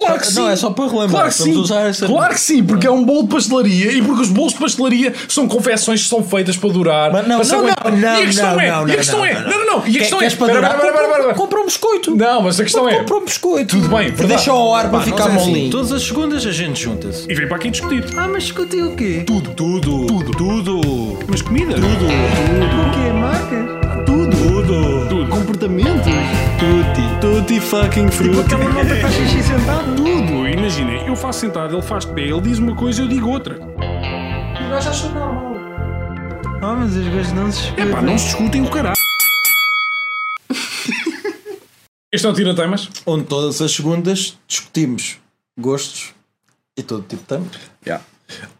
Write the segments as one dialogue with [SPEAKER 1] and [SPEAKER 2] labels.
[SPEAKER 1] Claro que
[SPEAKER 2] Não,
[SPEAKER 1] sim.
[SPEAKER 2] é só para relembrar,
[SPEAKER 1] Claro que
[SPEAKER 2] vamos
[SPEAKER 1] sim.
[SPEAKER 2] usar essa-
[SPEAKER 1] Claro que sim, porque é um bolo de pastelaria e porque os bolos de pastelaria são confecções que são feitas para durar.
[SPEAKER 2] Mas não,
[SPEAKER 1] para se
[SPEAKER 2] não,
[SPEAKER 1] aguentar.
[SPEAKER 2] não,
[SPEAKER 1] E a
[SPEAKER 2] não,
[SPEAKER 1] questão
[SPEAKER 2] não,
[SPEAKER 1] é,
[SPEAKER 2] não,
[SPEAKER 1] e a questão
[SPEAKER 2] não,
[SPEAKER 1] é,
[SPEAKER 2] não,
[SPEAKER 1] não, não, não, e a
[SPEAKER 2] Quer-
[SPEAKER 1] questão é,
[SPEAKER 2] queres para
[SPEAKER 1] Espera,
[SPEAKER 2] durar?
[SPEAKER 1] espera, espera, espera, espera.
[SPEAKER 2] Compra um biscoito.
[SPEAKER 1] Não, mas a questão é,
[SPEAKER 2] Compra um biscoito.
[SPEAKER 1] Tudo bem, verdade.
[SPEAKER 2] Deixa ao ar para
[SPEAKER 3] Pá,
[SPEAKER 2] ficar
[SPEAKER 3] nós é assim,
[SPEAKER 2] molinho.
[SPEAKER 3] todas as segundas a gente junta-se.
[SPEAKER 1] e vem para aqui discutir.
[SPEAKER 3] Ah, mas discutir o quê? Tudo, tudo, tudo, tudo. Mas comida? Tudo, tudo. O quê? Marcas? Tudo. Tudo. tudo. Comportamentos? Tudo. Tudo
[SPEAKER 1] Tipo
[SPEAKER 3] fucking frutti.
[SPEAKER 1] Pô, Imaginem, eu faço sentado, ele faz de pé, ele diz uma coisa, eu digo outra.
[SPEAKER 3] Ah, mas as coisas não se
[SPEAKER 1] É pá, não se discutem o caralho. Este é o Tira Temas.
[SPEAKER 2] Onde todas as segundas discutimos gostos e todo tipo de temas.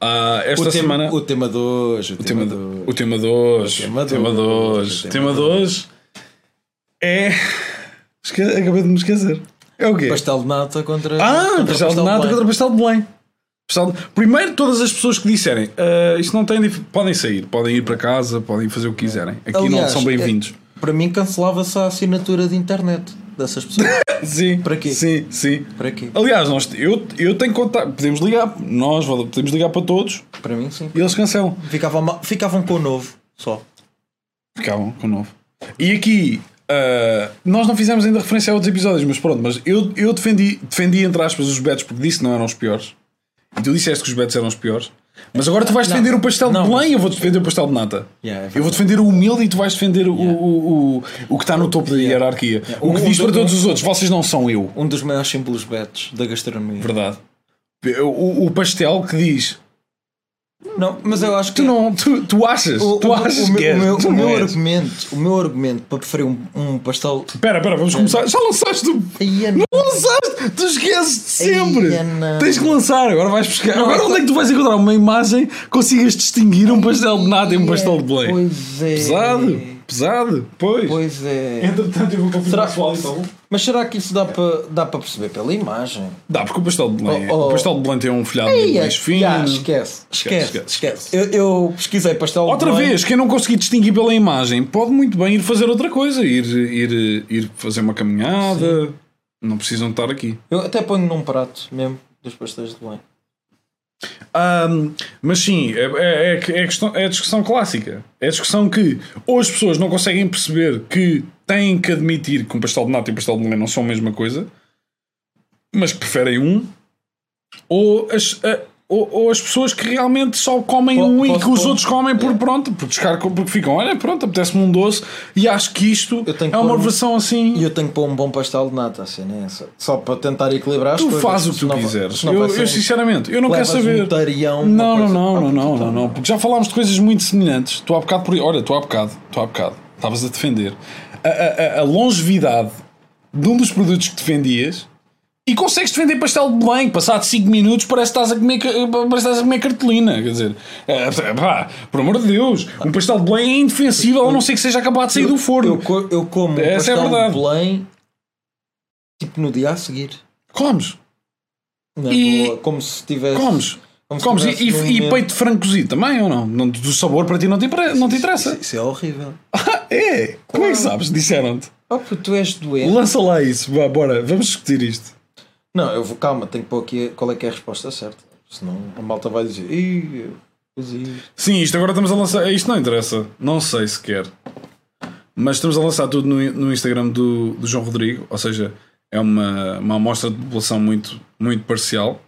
[SPEAKER 1] Ah,
[SPEAKER 2] O,
[SPEAKER 1] esta
[SPEAKER 2] tema,
[SPEAKER 1] semana.
[SPEAKER 2] o tema de hoje. O,
[SPEAKER 1] O tema,
[SPEAKER 2] tema,
[SPEAKER 1] do,
[SPEAKER 2] de
[SPEAKER 1] o
[SPEAKER 2] hoje.
[SPEAKER 1] tema de hoje.
[SPEAKER 2] O
[SPEAKER 1] O
[SPEAKER 2] tema do-
[SPEAKER 1] tema de hoje. O
[SPEAKER 2] o
[SPEAKER 1] tema
[SPEAKER 2] tema
[SPEAKER 1] de hoje é. Esque... Acabei de me esquecer. É o quê?
[SPEAKER 2] Pastel de nata contra.
[SPEAKER 1] Ah,
[SPEAKER 2] contra
[SPEAKER 1] pastel de nata
[SPEAKER 2] Belém.
[SPEAKER 1] contra pastel de Belém. Pastel de- Primeiro, todas as pessoas que disserem "Ah, isso não tem. dif-", podem sair, podem ir para casa, podem fazer o que quiserem. Aqui não
[SPEAKER 2] Aliás, é-
[SPEAKER 1] são bem-vindos.
[SPEAKER 2] Para mim, cancelava-se a assinatura de internet dessas pessoas.
[SPEAKER 1] Sim.
[SPEAKER 2] Para quê?
[SPEAKER 1] Sim, sim.
[SPEAKER 2] Para quê?
[SPEAKER 1] Aliás, nós, eu, eu tenho contato. Podemos ligar, nós podemos ligar para todos
[SPEAKER 2] Para mim, sim.
[SPEAKER 1] e eles cancelam.
[SPEAKER 2] Ficavam, ma- ficavam com o novo só.
[SPEAKER 1] Ficavam com o novo. E aqui, ah, nós não fizemos ainda referência a outros episódios, mas pronto, mas eu, eu defendi, defendi, entre aspas, os betos porque disse que não eram os piores. E tu disseste que os betos eram os piores. Mas agora tu vais
[SPEAKER 2] Não.
[SPEAKER 1] defender o pastel
[SPEAKER 2] Não,
[SPEAKER 1] de Belém
[SPEAKER 2] mas-
[SPEAKER 1] e eu vou defender o pastel de nata.
[SPEAKER 2] Yeah,
[SPEAKER 1] eu
[SPEAKER 2] é
[SPEAKER 1] vou
[SPEAKER 2] verdade.
[SPEAKER 1] defender o humilde e tu vais defender o, o, o, o que está no topo da hierarquia. O que
[SPEAKER 2] Um-
[SPEAKER 1] diz
[SPEAKER 2] um-
[SPEAKER 1] para todos os outros, vocês não são eu. é
[SPEAKER 2] Um dos maiores símbolos betos da gastronomia.
[SPEAKER 1] Verdade. O, o pastel que diz.
[SPEAKER 2] Não, mas eu acho
[SPEAKER 1] Tu
[SPEAKER 2] que.
[SPEAKER 1] não, tu, tu achas,
[SPEAKER 2] O,
[SPEAKER 1] tu
[SPEAKER 2] o-
[SPEAKER 1] achas
[SPEAKER 2] o,
[SPEAKER 1] que és,
[SPEAKER 2] meu- o meu,
[SPEAKER 1] tu
[SPEAKER 2] o meu
[SPEAKER 1] não és.
[SPEAKER 2] argumento, o meu argumento para preferir um, um pastel.
[SPEAKER 1] Espera, espera, vamos começar. Já lançaste o.
[SPEAKER 2] Ai, é
[SPEAKER 1] Não lançaste! Tu esqueces de sempre!
[SPEAKER 2] Ai, não.
[SPEAKER 1] Tens que lançar, agora vais buscar. agora onde é que tu vais encontrar uma imagem que consigas distinguir um pastel de nada e um pastel de Belém?
[SPEAKER 2] é Pois é.
[SPEAKER 1] Pesado, pesado, pois.
[SPEAKER 2] Pois é.
[SPEAKER 1] Entretanto, eu vou confirmar
[SPEAKER 2] Será-
[SPEAKER 1] o pessoal então.
[SPEAKER 2] Mas será que isso dá para dá para perceber pela imagem?
[SPEAKER 1] Dá, porque o pastel de Belém, é-
[SPEAKER 2] Oh, oh.
[SPEAKER 1] O pastel de Belém tem um folhado
[SPEAKER 2] Ei,
[SPEAKER 1] muito
[SPEAKER 2] é-
[SPEAKER 1] mais fino.
[SPEAKER 2] já, esquece,
[SPEAKER 1] Esquece,
[SPEAKER 2] esquece,
[SPEAKER 1] esquece,
[SPEAKER 2] esquece. Eu, eu pesquisei pastel de
[SPEAKER 1] Outra
[SPEAKER 2] Belém.
[SPEAKER 1] vez, quem não conseguir distinguir pela imagem pode muito bem ir fazer outra coisa, ir, ir, ir fazer uma caminhada. Não precisam estar aqui.
[SPEAKER 2] Eu até ponho num prato mesmo dos pastéis de Belém.
[SPEAKER 1] Ahm, mas sim, é, é, é, que- é questão- é a discussão clássica. É a discussão que ou as pessoas não conseguem perceber que têm que admitir que um pastel de nata e um pastel de Belém não são a mesma coisa, mas que preferem um, ou as, a- ou, ou as pessoas que realmente só comem
[SPEAKER 2] Po-
[SPEAKER 1] um e
[SPEAKER 2] posso
[SPEAKER 1] que os
[SPEAKER 2] pôr?
[SPEAKER 1] outros comem por pronto, por descargo, porque ficam, olha, pronto, apetece-me um doce e acho que isto
[SPEAKER 2] Eu tenho que
[SPEAKER 1] é uma
[SPEAKER 2] pôr um-
[SPEAKER 1] versão assim.
[SPEAKER 2] E eu tenho que pôr um bom pastel de nata, assim, né? Só- Só para tentar equilibrar as
[SPEAKER 1] Tu
[SPEAKER 2] coisas.
[SPEAKER 1] fazes o que tu
[SPEAKER 2] senão vai-
[SPEAKER 1] quiseres.
[SPEAKER 2] senão
[SPEAKER 1] Eu,
[SPEAKER 2] vai ser
[SPEAKER 1] eu,
[SPEAKER 2] um-
[SPEAKER 1] sinceramente, eu não quero
[SPEAKER 2] levas
[SPEAKER 1] saber.
[SPEAKER 2] um tarião, uma
[SPEAKER 1] não, não,
[SPEAKER 2] coisa-
[SPEAKER 1] não,
[SPEAKER 2] Ah,
[SPEAKER 1] não, não,
[SPEAKER 2] puta,
[SPEAKER 1] não, não. Porque já falámos de coisas muito semelhantes. Tu há bocado por aí. Olha, tu há bocado, tu há bocado. Estavas a defender a, a- a- a longevidade de um dos produtos que defendias e consegues defender pastel de Belém. Passado 5 minutos parece que estás a comer, ca- parece que estás a comer cartolina. Quer dizer, é, pá, por amor de Deus, um pastel de Belém é indefensível a não ser que seja acabado de sair do forno.
[SPEAKER 2] Eu, co- eu como um
[SPEAKER 1] Essa é a
[SPEAKER 2] pastel
[SPEAKER 1] verdade.
[SPEAKER 2] de Belém tipo no dia a seguir.
[SPEAKER 1] Comes,
[SPEAKER 2] Na
[SPEAKER 1] E-
[SPEAKER 2] boa, como se tivesse.
[SPEAKER 1] comes.
[SPEAKER 2] como se
[SPEAKER 1] Comes e,
[SPEAKER 2] tivesse um num
[SPEAKER 1] e- e
[SPEAKER 2] momento-
[SPEAKER 1] peito de frango cozido também ou não? não? Do sabor para ti não te, impre- não te interessa.
[SPEAKER 2] Isso, isso é horrível.
[SPEAKER 1] Ah, é? Como é que sabes? Disseram-te.
[SPEAKER 2] Oh, pô, tu és doente.
[SPEAKER 1] Lança lá isso, vá, bora, vamos discutir isto.
[SPEAKER 2] Não, eu vou, calma, tenho que pôr aqui qual é que é a resposta certa. Senão a malta vai dizer. Ih, eu fiz isto."
[SPEAKER 1] Sim, isto agora estamos a lançar. eh, Isto não interessa, não sei sequer. Mas estamos a lançar tudo no, no Instagram do, do João Rodrigo, ou seja, é uma, uma amostra de população muito, muito parcial.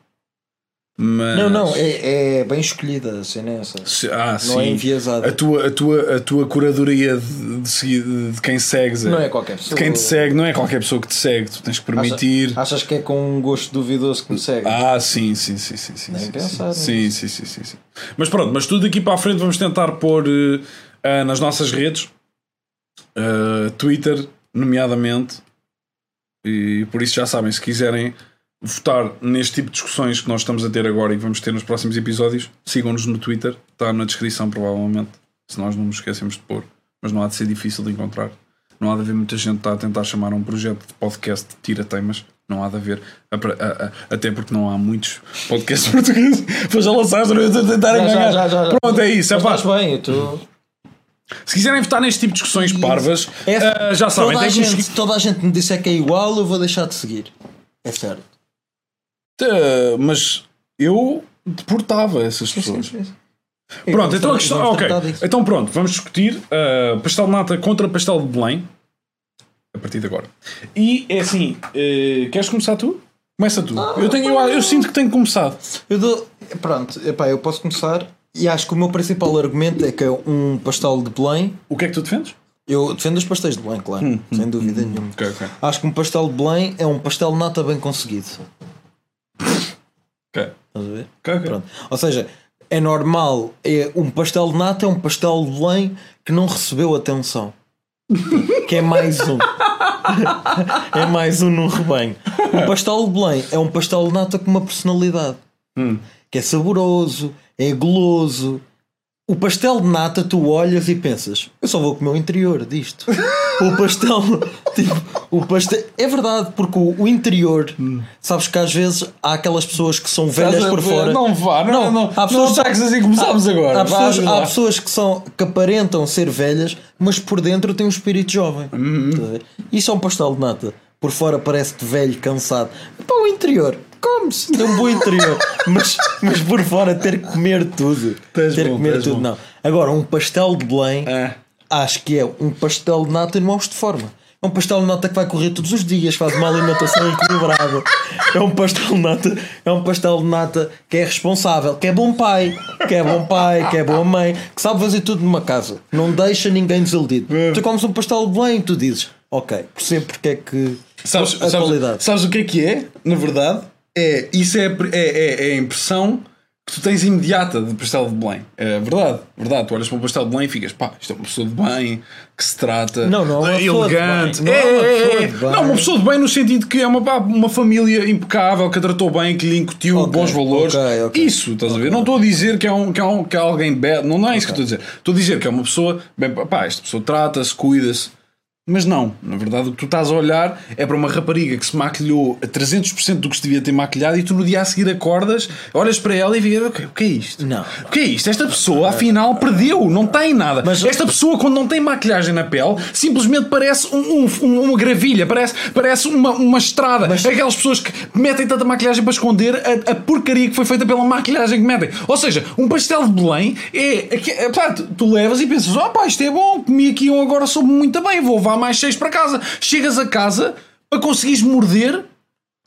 [SPEAKER 1] Mas...
[SPEAKER 2] Não, não, é, é bem escolhida a cena essa.
[SPEAKER 1] Se- Ah, sim.
[SPEAKER 2] é enviesada.
[SPEAKER 1] A tua, a tua, a tua curadoria de, de segui- de quem segues
[SPEAKER 2] Não é qualquer pessoa.
[SPEAKER 1] De quem te segue, não é qualquer pessoa que te segue, tu tens que
[SPEAKER 2] Acha-
[SPEAKER 1] permitir.
[SPEAKER 2] Achas que é com um gosto duvidoso que me segue?
[SPEAKER 1] Ah, sim, sim, sim, sim, sim.
[SPEAKER 2] Nem
[SPEAKER 1] sim,
[SPEAKER 2] pensar
[SPEAKER 1] sim, sim, sim, sim, sim. Mas pronto, mas tudo aqui para a frente vamos tentar pôr eh, ah, nas nossas redes, ah, Twitter, nomeadamente, e por isso já sabem, se quiserem votar neste tipo de discussões que nós estamos a ter agora e que vamos ter nos próximos episódios, sigam-nos no Twitter, está na descrição provavelmente, se nós não nos esquecemos de pôr, mas não há de ser difícil de encontrar. Não há de haver muita gente que está a tentar chamar um projeto de podcast de tira-temas. Não há de haver. Apre- a- a- Até porque não há muitos podcasts portugueses. Pois já lançaste, eu estou a tentar
[SPEAKER 2] Já, já,
[SPEAKER 1] enganar.
[SPEAKER 2] já, já, já.
[SPEAKER 1] Pronto, é isso. É
[SPEAKER 2] Mas
[SPEAKER 1] pá.
[SPEAKER 2] Estás bem, eu estou.
[SPEAKER 1] Se quiserem votar neste tipo de discussões parvas,
[SPEAKER 2] É-
[SPEAKER 1] ah, já sabem.
[SPEAKER 2] Toda a,
[SPEAKER 1] têm que nos
[SPEAKER 2] gente, toda a gente me disser que é igual, eu vou deixar de seguir. É certo.
[SPEAKER 1] Tá, Mas eu deportava essas
[SPEAKER 2] Sim, sim,
[SPEAKER 1] pessoas.
[SPEAKER 2] sim, sim.
[SPEAKER 1] Pronto,
[SPEAKER 2] Vamos
[SPEAKER 1] então a
[SPEAKER 2] tra-
[SPEAKER 1] questão.
[SPEAKER 2] vamos
[SPEAKER 1] Ok,
[SPEAKER 2] tratar disso.
[SPEAKER 1] então pronto, vamos discutir ah, pastel de nata contra pastel de Belém a partir de agora. E é assim, eh, queres começar tu? Começa tu.
[SPEAKER 2] Ah,
[SPEAKER 1] eu, tenho, eu, eu sinto que tenho começado.
[SPEAKER 2] Eu dou. Pronto, epá, eu posso começar. E acho que o meu principal argumento é que é um pastel de Belém.
[SPEAKER 1] O que é que tu defendes?
[SPEAKER 2] Eu defendo os pastéis de Belém, claro, sem dúvida nenhuma.
[SPEAKER 1] Hum, Ok, ok.
[SPEAKER 2] Acho que um pastel de Belém é um pastel de nata bem conseguido. Estás
[SPEAKER 1] Ok,
[SPEAKER 2] a ver?
[SPEAKER 1] ok. ok.
[SPEAKER 2] Pronto. Ou seja, é normal. É, um pastel de nata é um pastel de Belém que não recebeu atenção. que é mais um. é mais um no rebanho. Um pastel de Belém é um pastel de nata com uma personalidade. Que é saboroso, é goloso. O pastel de nata tu olhas e pensas, eu só vou comer o interior disto. o pastel, tipo, o pastel, é verdade, porque o, o interior, sabes que às vezes há aquelas pessoas que são
[SPEAKER 1] Hum.
[SPEAKER 2] velhas
[SPEAKER 1] Estás a
[SPEAKER 2] por
[SPEAKER 1] dizer,
[SPEAKER 2] fora.
[SPEAKER 1] Não vá, não, não,
[SPEAKER 2] Não,
[SPEAKER 1] não,
[SPEAKER 2] há pessoas-
[SPEAKER 1] não ataques assim, começámos
[SPEAKER 2] Há-
[SPEAKER 1] agora.
[SPEAKER 2] Há
[SPEAKER 1] Vá,
[SPEAKER 2] pessoas,
[SPEAKER 1] vá.
[SPEAKER 2] há pessoas que, são, que aparentam ser velhas, mas por dentro têm um espírito jovem.
[SPEAKER 1] Uhum.
[SPEAKER 2] Estás a ver? Isso é um pastel de nata. Por fora parece-te velho, cansado. Para o interior, come-se. Tem um bom interior. mas, mas por fora ter que comer tudo.
[SPEAKER 1] Tens
[SPEAKER 2] ter que
[SPEAKER 1] bom,
[SPEAKER 2] comer
[SPEAKER 1] tens
[SPEAKER 2] tudo,
[SPEAKER 1] bom.
[SPEAKER 2] não. Agora, um pastel de Belém,
[SPEAKER 1] É.
[SPEAKER 2] acho que é um pastel de nata em mãos de forma. É um pastel de nata que vai correr todos os dias, faz uma alimentação equilibrada. É um pastel de nata, é um pastel de nata que é responsável, que é bom pai, que é bom pai, que é boa mãe, que sabe fazer tudo numa casa. Não deixa ninguém desiludido.
[SPEAKER 1] É.
[SPEAKER 2] Tu comes um pastel de Belém e tu dizes, ok, percebo porque é que
[SPEAKER 1] Sabes,
[SPEAKER 2] a
[SPEAKER 1] sabes-
[SPEAKER 2] qualidade.
[SPEAKER 1] sabes o que é que é? Na verdade, é, isso é, a pre- é, é- é a impressão que tu tens imediata de pastel de Belém. É verdade, verdade. Tu olhas para um pastel de Belém e ficas, pá, isto é uma pessoa de bem, que se trata,
[SPEAKER 2] Não, não, é uma pessoa de
[SPEAKER 1] elegante.
[SPEAKER 2] bem. Não,
[SPEAKER 1] É,
[SPEAKER 2] é uma
[SPEAKER 1] é,
[SPEAKER 2] pessoa
[SPEAKER 1] é.
[SPEAKER 2] de bem.
[SPEAKER 1] Não, uma pessoa de bem no sentido que é uma, pá, uma família impecável, que a tratou bem, que lhe incutiu
[SPEAKER 2] Ok,
[SPEAKER 1] bons valores.
[SPEAKER 2] ok, ok.
[SPEAKER 1] Isso, estás a ver? Não estou a dizer que é, um, que é, um, que é alguém bad, não, não é isso que estou a dizer. Estou a dizer que é uma pessoa, bem, pá, esta pessoa trata-se, cuida-se. Mas não, na verdade o que tu estás a olhar é para uma rapariga que se maquilhou a 300% do que se devia ter maquilhado e tu no dia a seguir acordas, olhas para ela e vês, "Ok, o que é isto?
[SPEAKER 2] Não.
[SPEAKER 1] O que é isto? Esta pessoa afinal perdeu, não tem nada.
[SPEAKER 2] Mas-
[SPEAKER 1] Esta pessoa quando não tem maquilhagem na pele simplesmente parece um- um- um- uma gravilha, parece, parece uma, uma estrada. Aquelas pessoas que metem tanta maquilhagem para esconder a, a porcaria que foi feita pela maquilhagem que metem. Ou seja, um pastel de Belém é. aque- é, pá, tu, tu levas e pensas: oh pá, isto é bom, comi aqui um agora soube muito bem, vou levar mais seis para casa. Chegas a casa para conseguires morder.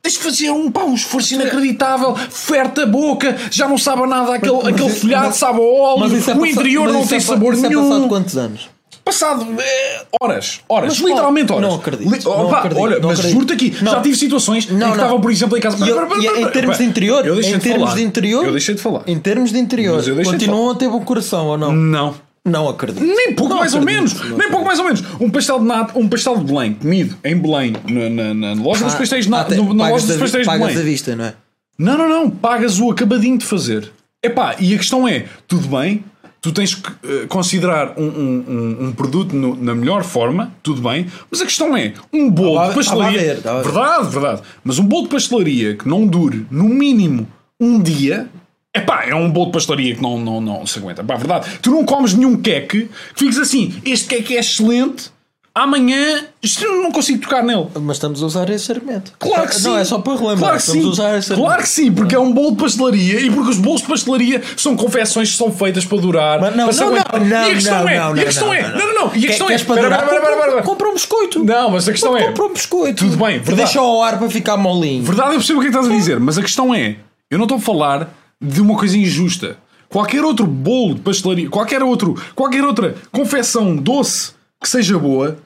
[SPEAKER 1] Tens de fazer um, pá, um esforço inacreditável, ferte a boca, já não sabe a nada aquele,
[SPEAKER 2] Mas- mas
[SPEAKER 1] aquele
[SPEAKER 2] isso-
[SPEAKER 1] folhado,
[SPEAKER 2] mas-
[SPEAKER 1] sabe a óleo,
[SPEAKER 2] Mas isso é
[SPEAKER 1] o
[SPEAKER 2] passa-
[SPEAKER 1] interior
[SPEAKER 2] mas
[SPEAKER 1] não
[SPEAKER 2] isso
[SPEAKER 1] tem
[SPEAKER 2] é pa-
[SPEAKER 1] sabor
[SPEAKER 2] isso
[SPEAKER 1] nenhum.
[SPEAKER 2] É passado quantos anos?
[SPEAKER 1] Passado eh, horas, horas,
[SPEAKER 2] Mas, pá,
[SPEAKER 1] literalmente horas.
[SPEAKER 2] não acredito, não
[SPEAKER 1] opa,
[SPEAKER 2] acredito,
[SPEAKER 1] olha,
[SPEAKER 2] não
[SPEAKER 1] mas
[SPEAKER 2] acredito.
[SPEAKER 1] juro-te aqui,
[SPEAKER 2] Não.
[SPEAKER 1] já tive situações em
[SPEAKER 2] Não,
[SPEAKER 1] É que
[SPEAKER 2] não.
[SPEAKER 1] estavam, por exemplo, em casa.
[SPEAKER 2] E eu- e é em termos de interior,
[SPEAKER 1] eu deixei
[SPEAKER 2] em
[SPEAKER 1] de
[SPEAKER 2] termos
[SPEAKER 1] falar.
[SPEAKER 2] de interior,
[SPEAKER 1] eu deixei de falar.
[SPEAKER 2] Em termos de interior,
[SPEAKER 1] Mas eu deixei de
[SPEAKER 2] continuam a ter bom coração ou não?
[SPEAKER 1] Não,
[SPEAKER 2] Não acredito.
[SPEAKER 1] nem pouco
[SPEAKER 2] Não
[SPEAKER 1] mais ou
[SPEAKER 2] acredito,
[SPEAKER 1] menos,
[SPEAKER 2] não
[SPEAKER 1] nem pouco mais ou menos. Um pastel de nata, um pastel de Belém comido em Belém, na, na- na loja dos
[SPEAKER 2] Ah,
[SPEAKER 1] pastéis de nata,
[SPEAKER 2] até
[SPEAKER 1] no- na
[SPEAKER 2] pagas
[SPEAKER 1] loja
[SPEAKER 2] da
[SPEAKER 1] dos
[SPEAKER 2] vi-
[SPEAKER 1] pastéis de
[SPEAKER 2] Pagas à
[SPEAKER 1] Belém.
[SPEAKER 2] vista, não é?
[SPEAKER 1] Não, não, não. Pagas o acabadinho de fazer. Epá, e a questão é: tudo bem, tu tens que eh, considerar um, um- um- um produto no- na melhor forma, tudo bem, mas a questão é: um bolo
[SPEAKER 2] Ah, lá-
[SPEAKER 1] de pastelaria.
[SPEAKER 2] ah, lá ver, ah, lá ver.
[SPEAKER 1] verdade, verdade. Mas um bolo de pastelaria que não dure, no mínimo, um dia. Epá, é um bolo de pastelaria que não, não, não se aguenta. Pá, verdade. Tu não comes nenhum queque que fiques assim: este queque é excelente, amanhã isto eu não consigo tocar nele.
[SPEAKER 2] Mas estamos a usar esse argumento.
[SPEAKER 1] Claro que sim.
[SPEAKER 2] Não, é só para relembrar.
[SPEAKER 1] Claro que
[SPEAKER 2] estamos
[SPEAKER 1] sim.
[SPEAKER 2] a usar esse
[SPEAKER 1] claro
[SPEAKER 2] argumento.
[SPEAKER 1] que sim, porque é um bolo de pastelaria e porque os bolos de pastelaria são confecções que são feitas para durar.
[SPEAKER 2] Mas não,
[SPEAKER 1] para se
[SPEAKER 2] não,
[SPEAKER 1] aguentar.
[SPEAKER 2] não, não,
[SPEAKER 1] e a questão
[SPEAKER 2] não,
[SPEAKER 1] é, e
[SPEAKER 2] não,
[SPEAKER 1] a
[SPEAKER 2] não,
[SPEAKER 1] questão
[SPEAKER 2] não,
[SPEAKER 1] é,
[SPEAKER 2] não,
[SPEAKER 1] não,
[SPEAKER 2] não.
[SPEAKER 1] não, não, e a
[SPEAKER 2] Quer-
[SPEAKER 1] questão é,
[SPEAKER 2] queres para
[SPEAKER 1] Pera,
[SPEAKER 2] durar?
[SPEAKER 1] pera, pera, pera, pera.
[SPEAKER 2] Compra um biscoito.
[SPEAKER 1] Não, mas a questão é,
[SPEAKER 2] Compra um biscoito.
[SPEAKER 1] Tudo bem, verdade.
[SPEAKER 2] Deixa ao ar para ficar molinho.
[SPEAKER 1] verdade, eu percebo o que é que estás a dizer, mas a questão é, eu não estou a falar de uma coisa injusta. Qualquer outro bolo de pastelaria, qualquer outro, qualquer outra confecção doce que seja boa,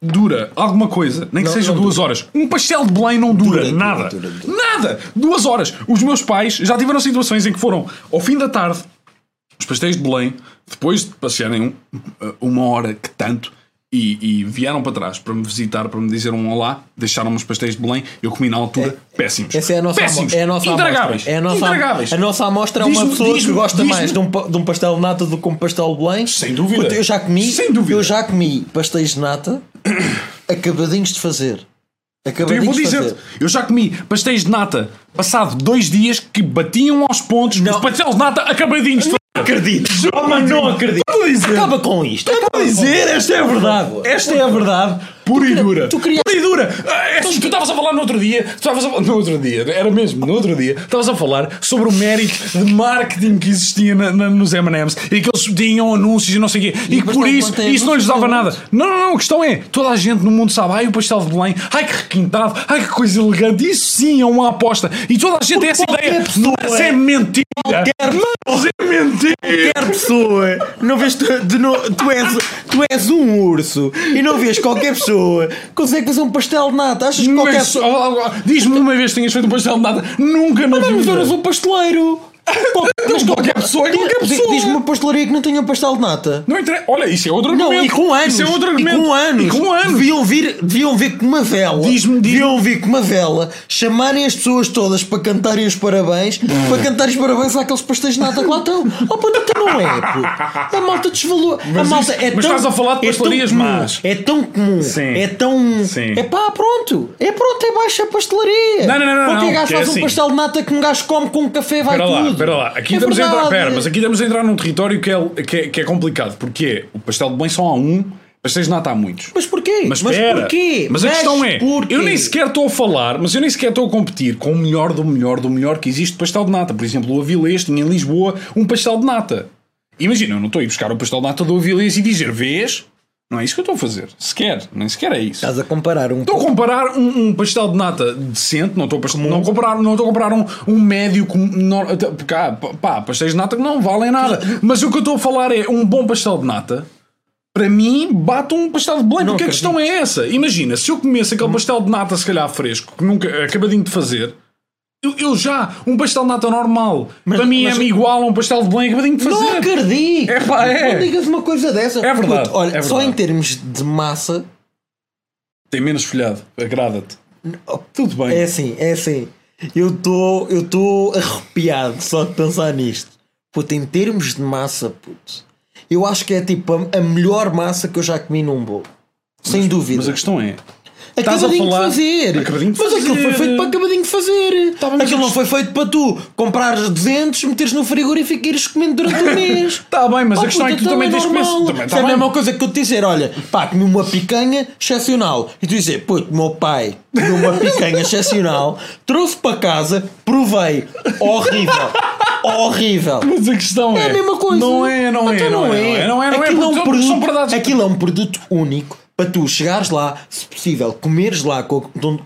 [SPEAKER 1] dura alguma coisa, nem que
[SPEAKER 2] Não,
[SPEAKER 1] seja
[SPEAKER 2] não
[SPEAKER 1] duas horas. Um pastel de Belém não dura,
[SPEAKER 2] Dura,
[SPEAKER 1] nada.
[SPEAKER 2] dura, dura,
[SPEAKER 1] Nada! Duas horas. Os meus pais já tiveram situações em que foram ao fim da tarde, os pastéis de Belém, depois de passearem um- uma hora que tanto, e, e vieram para trás para me visitar, para me dizer um olá, deixaram-me os pastéis de Belém, eu comi na altura péssimos.
[SPEAKER 2] Essa é a nossa,
[SPEAKER 1] péssimos.
[SPEAKER 2] amo- é a nossa
[SPEAKER 1] intragáveis.
[SPEAKER 2] amostra. É a nossa,
[SPEAKER 1] intragáveis.
[SPEAKER 2] A nossa amostra é
[SPEAKER 1] Diz-me-
[SPEAKER 2] uma pessoa que
[SPEAKER 1] diz-me-
[SPEAKER 2] gosta
[SPEAKER 1] diz-me-
[SPEAKER 2] mais de um, pa- de um pastel de nata do que um pastel de Belém.
[SPEAKER 1] Sem dúvida.
[SPEAKER 2] Puta, Eu já comi.
[SPEAKER 1] Sem dúvida.
[SPEAKER 2] Eu já comi pastéis de nata acabadinhos de fazer.
[SPEAKER 1] Então eu
[SPEAKER 2] Acabadinhos
[SPEAKER 1] vou
[SPEAKER 2] de
[SPEAKER 1] dizer
[SPEAKER 2] fazer.
[SPEAKER 1] eu já comi pastéis de nata passado dois dias que batiam aos pontos, os pastéis de nata acabadinhos de
[SPEAKER 2] Acredito. Oh, mas não acredito.
[SPEAKER 1] Estou a dizer.
[SPEAKER 2] Acaba com isto.
[SPEAKER 1] Estou a dizer, esta é a verdade. Esta é a verdade. Pura e dura.
[SPEAKER 2] tu queria-
[SPEAKER 1] Pura e dura. Ah, é, Tu estavas a falar no outro dia. Tu estavas a falar no outro dia. Era mesmo, no outro dia. Estavas a falar sobre o mérito de marketing que existia na- na- nos M&M's e que eles tinham anúncios e não sei o quê. E, que
[SPEAKER 2] pastel
[SPEAKER 1] por
[SPEAKER 2] de
[SPEAKER 1] isso,
[SPEAKER 2] Belém
[SPEAKER 1] isso não lhes
[SPEAKER 2] não
[SPEAKER 1] dava
[SPEAKER 2] tem
[SPEAKER 1] nada. Não, não, não. A questão é, toda a gente no mundo sabe. Ai, o pastel de Belém. Ai, que requintado. Ai, que coisa elegante. Isso sim é uma aposta. E toda a gente tem essa
[SPEAKER 2] qualquer
[SPEAKER 1] ideia.
[SPEAKER 2] pessoa-
[SPEAKER 1] Mas é mentira. Mas é mentira.
[SPEAKER 2] Qualquer pessoa, não vês tu, de no- tu, és, tu és um urso e não vês qualquer pessoa consegue fazer um pastel de nata. Achas que qualquer
[SPEAKER 1] Mas,
[SPEAKER 2] pessoa.
[SPEAKER 1] oh, oh, oh, Diz-me uma vez que tenhas feito um pastel de nada. Nunca na
[SPEAKER 2] Mas
[SPEAKER 1] vida.
[SPEAKER 2] eras um pasteleiro! Qual-
[SPEAKER 1] Mas qualquer pessoa é qualquer
[SPEAKER 2] Diz-
[SPEAKER 1] pessoa.
[SPEAKER 2] Diz-me uma pastelaria que não tenha um pastel de nata.
[SPEAKER 1] Não interessa. Olha, isso é outro
[SPEAKER 2] Não,
[SPEAKER 1] argumento.
[SPEAKER 2] e com anos.
[SPEAKER 1] Isso é outro argumento.
[SPEAKER 2] E com anos. é
[SPEAKER 1] E com anos.
[SPEAKER 2] Deviam vir, deviam vir com uma vela.
[SPEAKER 1] Diz-me, diz-me.
[SPEAKER 2] Deviam vir com uma vela, chamarem as pessoas todas para cantarem os parabéns, para cantarem os parabéns àqueles pastéis de nata que lá estão. Oh, puta, então não é, puto. A malta desvalor. a
[SPEAKER 1] Mas
[SPEAKER 2] malta
[SPEAKER 1] isso-
[SPEAKER 2] é
[SPEAKER 1] mas
[SPEAKER 2] tão,
[SPEAKER 1] estás a falar de
[SPEAKER 2] é tão
[SPEAKER 1] pastelarias
[SPEAKER 2] comum,
[SPEAKER 1] más.
[SPEAKER 2] É tão comum.
[SPEAKER 1] Sim.
[SPEAKER 2] É tão.
[SPEAKER 1] Sim.
[SPEAKER 2] É pá, pronto. É pronto, é baixa pastelaria.
[SPEAKER 1] Não, não, não, não,
[SPEAKER 2] Qualquer
[SPEAKER 1] não,
[SPEAKER 2] gajo
[SPEAKER 1] que é
[SPEAKER 2] faz
[SPEAKER 1] assim.
[SPEAKER 2] um pastel de nata que um gajo come com um café vai
[SPEAKER 1] Espera lá,
[SPEAKER 2] tudo.
[SPEAKER 1] espera lá. Aqui
[SPEAKER 2] É
[SPEAKER 1] estamos a entrar,
[SPEAKER 2] verdade.
[SPEAKER 1] pera, mas aqui estamos a entrar num território que é, que é, que é complicado. Porque o pastel de bem só há um, pastéis de nata há muitos.
[SPEAKER 2] Mas porquê?
[SPEAKER 1] Mas, espera.
[SPEAKER 2] porquê?
[SPEAKER 1] Mas a questão é,
[SPEAKER 2] porquê?
[SPEAKER 1] eu nem sequer estou a falar, mas eu nem sequer estou a competir com o melhor do melhor do melhor que existe de pastel de nata. Por exemplo, o Avilés tinha em Lisboa um pastel de nata. Imagina, eu não estou a ir buscar o pastel de nata do Avilés e dizer, vês? Não é isso que eu estou a fazer. Sequer, nem sequer é isso.
[SPEAKER 2] Estás a comparar um
[SPEAKER 1] Estou a comparar um, um pastel de nata decente, não estou a, pas- não comparar, não estou a comparar um, um médio com. nor- até- Porque há pá, pá, pastéis de nata que não valem nada. Mas o que eu estou a falar é um bom pastel de nata. Para mim, bate um pastel de Belém, porque a questão é essa. Imagina, se eu comesse
[SPEAKER 2] Hum.
[SPEAKER 1] aquele pastel de nata, se calhar fresco, que nunca acabadinho de fazer, eu, eu já, um pastel de nata normal, para mim é-me igual a um pastel de Belém acabadinho de fazer.
[SPEAKER 2] Não acredito!
[SPEAKER 1] É pá, é.
[SPEAKER 2] Não digas uma coisa dessa.
[SPEAKER 1] É verdade,
[SPEAKER 2] Puto, olha,
[SPEAKER 1] é
[SPEAKER 2] só
[SPEAKER 1] verdade.
[SPEAKER 2] em termos de massa,
[SPEAKER 1] Tem menos folhado, agrada-te. Tudo bem.
[SPEAKER 2] é assim, é assim. Eu estou eu tô arrepiado só de pensar nisto. Puto, em termos de massa, puto, eu acho que é tipo a, a melhor massa que eu já comi num bolo. Sem dúvida.
[SPEAKER 1] Mas a questão é. estás a
[SPEAKER 2] Acabadinho de
[SPEAKER 1] falar-
[SPEAKER 2] fazer.
[SPEAKER 1] Acabadinho de
[SPEAKER 2] Mas aquilo
[SPEAKER 1] fazer.
[SPEAKER 2] foi feito para acabadinho de fazer.
[SPEAKER 1] Estávamos
[SPEAKER 2] aquilo
[SPEAKER 1] a-
[SPEAKER 2] não foi feito para tu comprares 200, meteres no frigorífico e ires comendo durante o mês.
[SPEAKER 1] Está bem, mas
[SPEAKER 2] Oh,
[SPEAKER 1] a questão
[SPEAKER 2] puta,
[SPEAKER 1] é que tu também tens que
[SPEAKER 2] normal.
[SPEAKER 1] comer- também,
[SPEAKER 2] Isso
[SPEAKER 1] tá
[SPEAKER 2] é a
[SPEAKER 1] bem.
[SPEAKER 2] mesma coisa que eu te dizer, olha, pá, comi uma picanha excepcional. E tu dizer, puto, meu pai comeu uma picanha excepcional, trouxe para casa, provei. Horrível. Horrível.
[SPEAKER 1] Mas a questão é.
[SPEAKER 2] É a mesma coisa.
[SPEAKER 1] Não é, não é.
[SPEAKER 2] Então
[SPEAKER 1] não, é, não é, não é. porque
[SPEAKER 2] Aquilo, é um
[SPEAKER 1] são-
[SPEAKER 2] produto,
[SPEAKER 1] são verdades.
[SPEAKER 2] aquilo é um produto único para tu chegares lá, se possível, comeres lá com,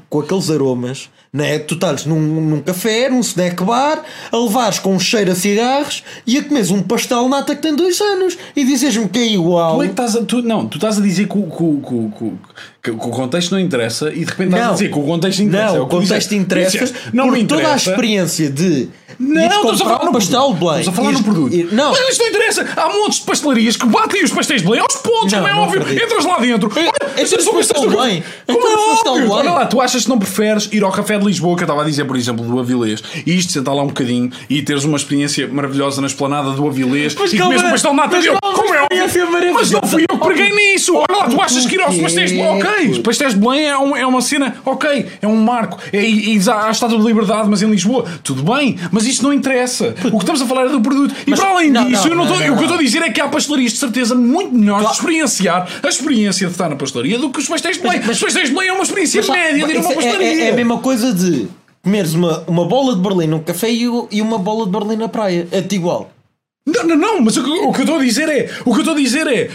[SPEAKER 2] com aqueles aromas. Né? Tu estás num, num café, num snack bar, a levares com um cheiro a cigarros e a comeres um pastel de nata que tem dois anos e dizes-me que é igual.
[SPEAKER 1] Tu é que estás a, tu- não, tu estás a dizer que o, que o- que o- que o- que o- que o contexto não interessa e de repente estás a
[SPEAKER 2] Não.
[SPEAKER 1] dizer que o contexto interessa. É
[SPEAKER 2] Não,
[SPEAKER 1] o
[SPEAKER 2] o
[SPEAKER 1] que tu
[SPEAKER 2] contexto
[SPEAKER 1] disseste.
[SPEAKER 2] interessa
[SPEAKER 1] Tu disseste, Não me
[SPEAKER 2] porque toda a
[SPEAKER 1] interessa.
[SPEAKER 2] experiência de
[SPEAKER 1] Não,
[SPEAKER 2] ires
[SPEAKER 1] estamos a
[SPEAKER 2] comprar
[SPEAKER 1] falar no
[SPEAKER 2] um pastel de
[SPEAKER 1] produto.
[SPEAKER 2] Belém.
[SPEAKER 1] Estamos a falar
[SPEAKER 2] ires-
[SPEAKER 1] no produto.
[SPEAKER 2] ir- Não,
[SPEAKER 1] Mas isto não interessa. Há montes de pastelarias que batem os pastéis de Belém aos pontos,
[SPEAKER 2] Não,
[SPEAKER 1] como é
[SPEAKER 2] não
[SPEAKER 1] óbvio.
[SPEAKER 2] acredito.
[SPEAKER 1] Entras lá dentro. Olha,
[SPEAKER 2] então
[SPEAKER 1] se
[SPEAKER 2] não foste
[SPEAKER 1] gostas
[SPEAKER 2] ao
[SPEAKER 1] do-
[SPEAKER 2] Belém.
[SPEAKER 1] Como
[SPEAKER 2] Então não
[SPEAKER 1] é
[SPEAKER 2] foste ao
[SPEAKER 1] óbvio.
[SPEAKER 2] Belém.
[SPEAKER 1] Olha lá, tu achas que não preferes ir ao Café de Lisboa, que eu estava a dizer, por exemplo, do Avilés, e isto sentar lá um bocadinho e teres uma experiência maravilhosa na esplanada do Avilés
[SPEAKER 2] Mas
[SPEAKER 1] e
[SPEAKER 2] calma,
[SPEAKER 1] comeres um pastel de nata
[SPEAKER 2] mas
[SPEAKER 1] dele.
[SPEAKER 2] calma,
[SPEAKER 1] Como é
[SPEAKER 2] experiência
[SPEAKER 1] óbvio. Mas não fui eu que preguei nisso.
[SPEAKER 2] Oh,
[SPEAKER 1] Olha lá, tu achas que ir aos
[SPEAKER 2] porquê?
[SPEAKER 1] pastéis de Belém, ok, os pastéis de Belém é, um- é uma cena, ok, é um marco, é, é, é a Estátua de Liberdade, mas em Lisboa, tudo bem, mas isso não interessa. O que estamos a falar é do produto. E para além
[SPEAKER 2] não,
[SPEAKER 1] disso,
[SPEAKER 2] não,
[SPEAKER 1] eu não
[SPEAKER 2] não,
[SPEAKER 1] tô- o que
[SPEAKER 2] não,
[SPEAKER 1] eu
[SPEAKER 2] não.
[SPEAKER 1] estou a dizer é que há pastelarias de certeza muito melhores de experienciar a experiência de estar na pastelaria do que os pastéis de Belém.
[SPEAKER 2] mas-
[SPEAKER 1] os pastéis de Belém é uma experiência
[SPEAKER 2] Mas lá-
[SPEAKER 1] média de ir a uma
[SPEAKER 2] isso é-
[SPEAKER 1] pastelaria.
[SPEAKER 2] É, é a mesma coisa de comeres uma, uma bola de Berlim num café e, o- e uma bola de Berlim na praia. É-te igual.
[SPEAKER 1] Não, não, não, mas o que, o que eu estou a dizer é. O que eu estou a dizer é.